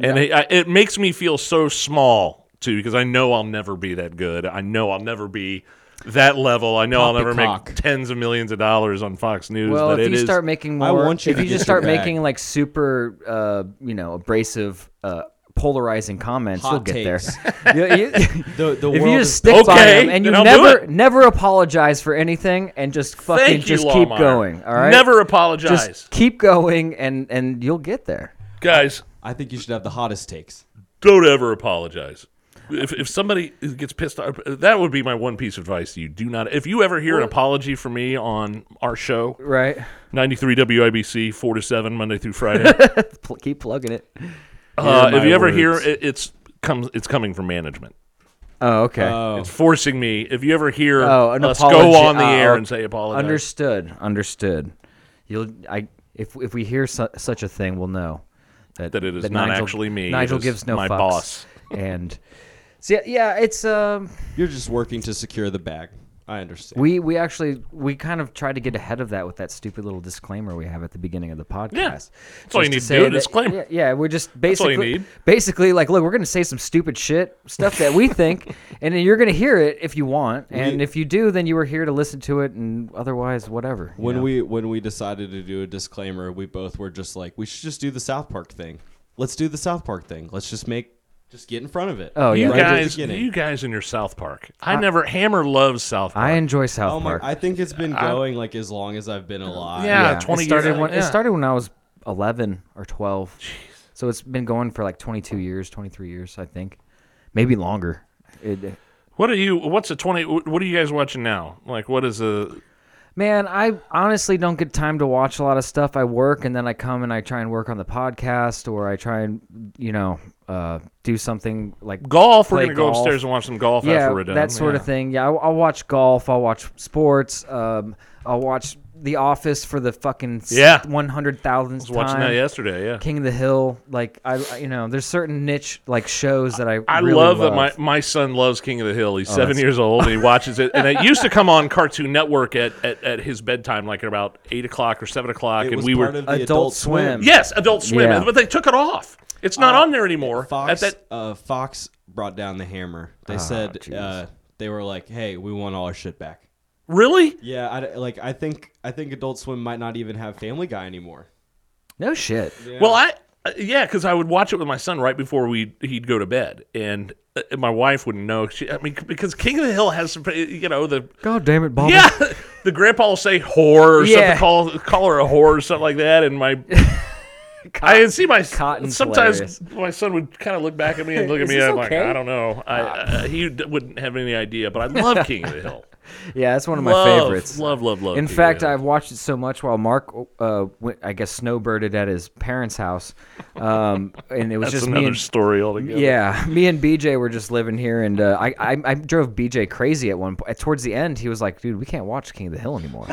Speaker 6: and it, I, it makes me feel so small too because I know I'll never be that good. I know I'll never be that level. I know I'll never
Speaker 5: Poppycock.
Speaker 6: make tens of millions of dollars on Fox News.
Speaker 4: well,
Speaker 6: but
Speaker 4: if
Speaker 6: it
Speaker 4: you
Speaker 6: is-
Speaker 4: start making more
Speaker 5: I want you
Speaker 4: if
Speaker 5: to
Speaker 4: you
Speaker 5: get
Speaker 4: just
Speaker 5: your
Speaker 4: start
Speaker 5: bag.
Speaker 4: making like super uh, you know, abrasive uh polarizing comments,
Speaker 5: Hot
Speaker 4: you'll get
Speaker 5: takes.
Speaker 4: there. You- you-
Speaker 5: The, the
Speaker 4: if
Speaker 5: world
Speaker 4: you
Speaker 5: is-
Speaker 4: just stick by
Speaker 6: Okay,
Speaker 4: him and you
Speaker 6: then I'll do
Speaker 4: never
Speaker 6: it.
Speaker 4: never apologize for anything and just fucking
Speaker 6: Thank you,
Speaker 4: just keep
Speaker 6: Lawmeyer.
Speaker 4: going, all right?
Speaker 6: Never apologize,
Speaker 4: just keep going and and you'll get there.
Speaker 6: guys.
Speaker 5: I think you should have the hottest takes.
Speaker 6: don't ever apologize. If, if somebody gets pissed off, that would be my one piece of advice to you. Do not, if you ever hear an apology from me on our show,
Speaker 4: Right?
Speaker 6: 93 WIBC, 4 to 7, Monday through Friday,
Speaker 4: Pl- keep plugging it.
Speaker 6: uh,
Speaker 5: Hear
Speaker 6: if
Speaker 5: my
Speaker 6: you ever hear
Speaker 5: words.
Speaker 6: it, it's, comes, it's coming from management.
Speaker 4: Oh, okay.
Speaker 5: Oh,
Speaker 6: It's forcing me. If you ever hear
Speaker 4: Oh, an
Speaker 6: us
Speaker 4: apology-
Speaker 6: Uh, go on the
Speaker 4: uh,
Speaker 6: air and say apologize,
Speaker 4: Understood. Understood. You'll I if if we hear su- such a thing, we'll know
Speaker 6: That it is not actually me, it
Speaker 4: Nigel
Speaker 6: is
Speaker 4: gives no
Speaker 6: my
Speaker 4: fucks.
Speaker 6: boss.
Speaker 4: and so yeah, yeah, it's um
Speaker 5: you're just working to secure the bag. I understand.
Speaker 4: we we actually we kind of tried to get ahead of that with that stupid little disclaimer we have at the beginning of the podcast.
Speaker 6: That's all
Speaker 4: Just
Speaker 6: you need to
Speaker 4: say
Speaker 6: do, a
Speaker 4: that-
Speaker 6: disclaimer.
Speaker 4: Yeah, yeah, we're just
Speaker 6: all
Speaker 4: basically
Speaker 6: you need.
Speaker 4: basically like look, we're going to say some stupid shit, stuff that we think, and then you're going to hear it if you want, and if you do, then you were here to listen to it and otherwise whatever. you
Speaker 5: When
Speaker 4: know?
Speaker 5: we when we decided to do a disclaimer, we both were just like, we should just do the South Park thing. Let's do the South Park thing. Let's just make just get in front of it.
Speaker 4: Oh, yeah.
Speaker 6: you
Speaker 5: Right at the
Speaker 6: guys,
Speaker 5: beginning.
Speaker 6: you guys in your South Park. I, never, Hammer loves South Park.
Speaker 4: I enjoy South
Speaker 5: oh my!
Speaker 4: Park.
Speaker 5: I think it's been going like as long as I've been alive.
Speaker 6: yeah,
Speaker 4: Yeah,
Speaker 6: 20
Speaker 4: it started
Speaker 6: years.
Speaker 4: when
Speaker 6: yeah.
Speaker 4: it started when I was 11 or 12. So it's been going for like 22 years, 23 years, I think. Maybe longer. It,
Speaker 6: What are you? What's a twenty? wh- What are you guys watching now? Like, what is a?
Speaker 4: man, I honestly don't get time to watch a lot of stuff. I work and then I come and I try and work on the podcast or I try and, you know, uh, do something like
Speaker 6: Golf.
Speaker 4: play
Speaker 6: We're gonna
Speaker 4: golf.
Speaker 6: go upstairs and watch some golf after we're done.
Speaker 4: That sort of
Speaker 6: Yeah.
Speaker 4: thing. Yeah, I'll, I'll watch golf. I'll watch sports. Um, I'll watch The Office for the fucking
Speaker 6: Yeah.
Speaker 4: one hundred thousandth
Speaker 6: I was watching
Speaker 4: time.
Speaker 6: that yesterday. Yeah,
Speaker 4: King of the Hill. Like I, I- you know, there's certain niche like shows that I
Speaker 6: I
Speaker 4: really
Speaker 6: love, that my my son loves King of the Hill. He's seven years old and he watches it. And it used to come on Cartoon Network at at, at his bedtime, like at about eight o'clock or seven o'clock,
Speaker 5: It
Speaker 6: and
Speaker 5: was
Speaker 6: we were
Speaker 5: part of the
Speaker 4: Adult
Speaker 5: Adult,
Speaker 4: Swim.
Speaker 5: Swim.
Speaker 6: yes, Adult Swim,
Speaker 4: Yeah.
Speaker 6: but they took it off. It's not on there anymore.
Speaker 5: Fox,
Speaker 6: At that-
Speaker 5: uh, Fox brought down the hammer.
Speaker 4: Ah,
Speaker 5: They said uh, they were like, "Hey, we want all our shit back."
Speaker 6: really?
Speaker 5: Yeah, I, like I think I think Adult Swim might not even have Family Guy anymore.
Speaker 4: no shit.
Speaker 6: Well, I uh, yeah, because I would watch it with my son right before we he'd go to bed, and uh, my wife wouldn't know. She, I mean, c- because King of the Hill has some, you know, the
Speaker 4: God damn it, Bob.
Speaker 6: yeah, the grandpa will say whore or
Speaker 4: Yeah.
Speaker 6: something, call call her a whore or something like that, and my. I can see my s-
Speaker 4: Cotton's
Speaker 6: sometimes
Speaker 4: hilarious.
Speaker 6: my son would kind of look back at me and look at
Speaker 4: Is
Speaker 6: me.
Speaker 4: this
Speaker 6: and I'm
Speaker 4: okay? Ah.
Speaker 6: like, I don't know. I, uh, he d- wouldn't have any idea, but I love King of the Hill.
Speaker 4: Yeah, that's one of my
Speaker 6: love,
Speaker 4: favorites.
Speaker 6: Love, love, love.
Speaker 4: In
Speaker 6: King of the
Speaker 4: fact,
Speaker 6: Hill.
Speaker 4: I've watched it so much while Mark, uh, went, I guess, snowbirded at his parents' house, um, and it was
Speaker 6: that's
Speaker 4: just me
Speaker 6: another
Speaker 4: and
Speaker 6: story altogether.
Speaker 4: Yeah, me and BJ were just living here, and uh, I, I I drove BJ crazy at one point. Towards the end, he was like, "Dude, we can't watch King of the Hill anymore.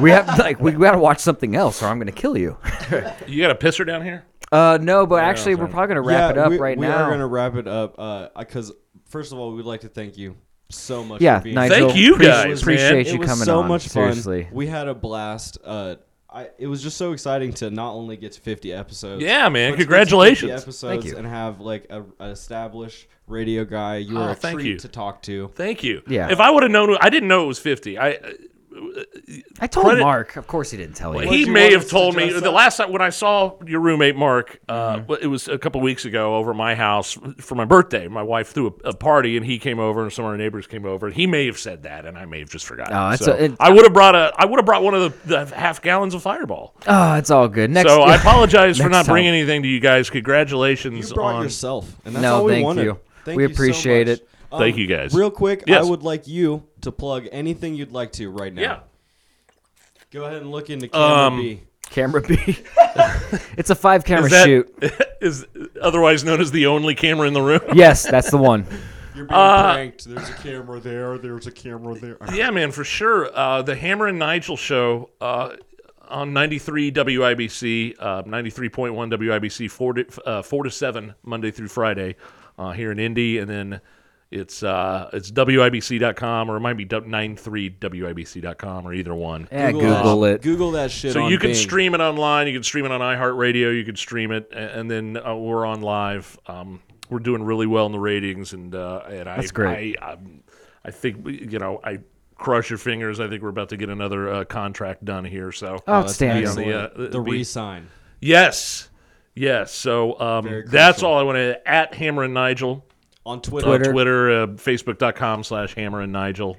Speaker 4: we have like we got to watch something else, or I'm gonna kill you."
Speaker 6: you got a pisser down here.
Speaker 4: Uh, no, but actually, we're probably gonna wrap it
Speaker 5: Yeah,
Speaker 4: up
Speaker 5: we,
Speaker 4: right
Speaker 5: we
Speaker 4: now.
Speaker 5: are gonna wrap it up because first of all, we'd like to thank you so much.
Speaker 4: Yeah,
Speaker 5: for being
Speaker 4: Nigel,
Speaker 6: Thank you
Speaker 4: appreci-
Speaker 6: guys,
Speaker 4: Appreciate
Speaker 6: man.
Speaker 4: you
Speaker 5: it was
Speaker 4: coming
Speaker 5: so
Speaker 4: on.
Speaker 5: much fun.
Speaker 4: Seriously,
Speaker 5: We had a blast. Uh, I, it was just so exciting to not only get to 50 episodes.
Speaker 6: Yeah,
Speaker 5: but
Speaker 6: man.
Speaker 5: to get to 50
Speaker 6: Congratulations.
Speaker 5: episodes
Speaker 4: you.
Speaker 5: and have like a, an established radio guy. You were
Speaker 6: Oh,
Speaker 5: a
Speaker 6: thank
Speaker 5: treat
Speaker 6: you.
Speaker 5: to talk to.
Speaker 6: Thank you.
Speaker 4: Yeah.
Speaker 6: If I would have known, I didn't know it was fifty. I
Speaker 4: I told
Speaker 6: credit-
Speaker 4: Mark. Of course, he didn't tell you.
Speaker 6: he
Speaker 5: you
Speaker 6: may
Speaker 5: want
Speaker 6: have
Speaker 5: us to
Speaker 6: told me
Speaker 5: dress
Speaker 6: the
Speaker 5: up? Mm-hmm.
Speaker 6: last time when I saw your roommate Mark. Uh, well, It was a couple weeks ago over at my house for my birthday. My wife threw a, a party and he came over and some of our neighbors came over. And he may have said that and I may have just forgotten.
Speaker 4: Oh, that's
Speaker 6: so
Speaker 4: a- it-
Speaker 6: I would have brought a I would have brought one of the, the half gallons of Fireball.
Speaker 4: Oh, it's all good. Next,
Speaker 6: so I apologize for
Speaker 4: Next
Speaker 6: not bringing
Speaker 4: time.
Speaker 6: anything to you guys.
Speaker 5: You
Speaker 6: Congratulations
Speaker 5: brought
Speaker 6: on
Speaker 5: yourself, and that's
Speaker 4: No,
Speaker 5: all we
Speaker 4: thank
Speaker 5: wanted.
Speaker 4: you.
Speaker 5: Thank
Speaker 4: We
Speaker 5: you so
Speaker 4: appreciate
Speaker 5: much.
Speaker 4: it.
Speaker 5: Um,
Speaker 6: Thank you guys.
Speaker 5: Real quick,
Speaker 6: Yes.
Speaker 5: I would like you to plug anything you'd like to right now.
Speaker 6: yeah.
Speaker 5: Go ahead and look into camera
Speaker 6: Um,
Speaker 5: B.
Speaker 4: Camera B. it's a five camera
Speaker 6: Is that-
Speaker 4: shoot.
Speaker 6: is otherwise known as the only camera in the room.
Speaker 4: Yes, that's the one.
Speaker 5: You're being
Speaker 6: Uh,
Speaker 5: pranked. There's a camera there. There's a camera there.
Speaker 6: Yeah, man, for sure. Uh, the Hammer and Nigel show uh, on 93 WIBC, uh, 93.1 WIBC, 4 to, uh, 4 to 7, Monday through Friday uh, here in Indy. And then it's uh, it's WIBC.com or it might be 93WIBC.com or either one.
Speaker 4: Yeah, Google,
Speaker 5: that,
Speaker 4: it.
Speaker 5: Google that shit.
Speaker 6: So
Speaker 5: on
Speaker 6: you can
Speaker 5: Bing.
Speaker 6: stream it online. You can stream it on iHeartRadio. You can stream it, a- and then uh, we're on live. Um, we're doing really well in the ratings, and uh, and I,
Speaker 4: That's great.
Speaker 6: I, um, I think we- you know I cross your fingers. I think we're about to get another uh, contract done here. So
Speaker 4: Outstanding.
Speaker 5: Excellent.
Speaker 6: Yeah,
Speaker 5: the,
Speaker 6: it'd be-
Speaker 5: re-sign.
Speaker 6: yes, yes. So um, that's all I want to at Hammer and Nigel
Speaker 5: on Twitter.
Speaker 6: Twitter, uh, Twitter uh, facebook.com slash Hammer and Nigel.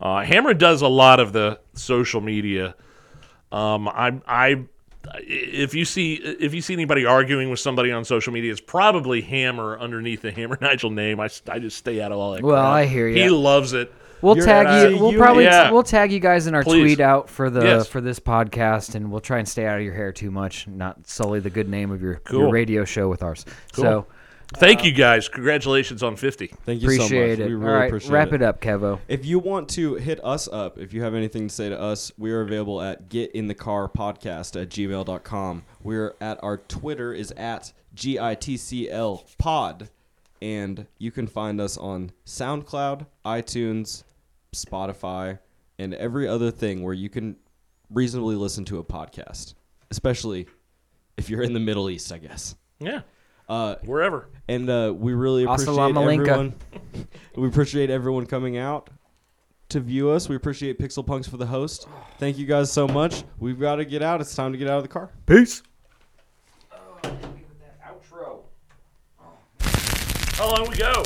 Speaker 6: Uh, Hammer does a lot of the social media. Um, I, I, if you see if you see anybody arguing with somebody on social media, it's probably Hammer underneath the Hammer Nigel name. I, s- I just stay out of all that.
Speaker 4: Well,
Speaker 6: crap.
Speaker 4: I hear ya.
Speaker 6: He loves it.
Speaker 4: We'll
Speaker 5: You're
Speaker 4: tag
Speaker 5: at
Speaker 4: you.
Speaker 5: ICU.
Speaker 4: We'll probably
Speaker 6: Yeah.
Speaker 4: we'll tag you guys in our
Speaker 6: Please.
Speaker 4: tweet out for the
Speaker 6: Yes.
Speaker 4: for this podcast, and we'll try and stay out of your hair too much, not sully the good name of your,
Speaker 6: Cool.
Speaker 4: your radio show with ours. So
Speaker 6: Thank
Speaker 4: uh,
Speaker 6: you guys. Congratulations on fifty.
Speaker 5: Thank you
Speaker 4: appreciate
Speaker 5: so
Speaker 4: it.
Speaker 5: much. We really
Speaker 4: All right,
Speaker 5: appreciate
Speaker 4: wrap it. up, Kevo.
Speaker 5: If you want to hit us up, if you have anything to say to us, we are available at getinthecarpodcast at gmail.com. We're at our Twitter is at G-I-T-C-L pod. And you can find us on SoundCloud, iTunes, Spotify, and every other thing where you can reasonably listen to a podcast. Especially if you're in the Middle East, I guess.
Speaker 6: Yeah,
Speaker 5: Uh,
Speaker 6: wherever.
Speaker 5: and uh, we really appreciate
Speaker 4: Assalamu alaikum.
Speaker 5: everyone. we appreciate everyone coming out to view us. We appreciate Pixel Punks for the host. Thank you guys so much. We've got to get out. It's time to get out of the car.
Speaker 6: Peace.
Speaker 7: Outro.
Speaker 6: How long we go?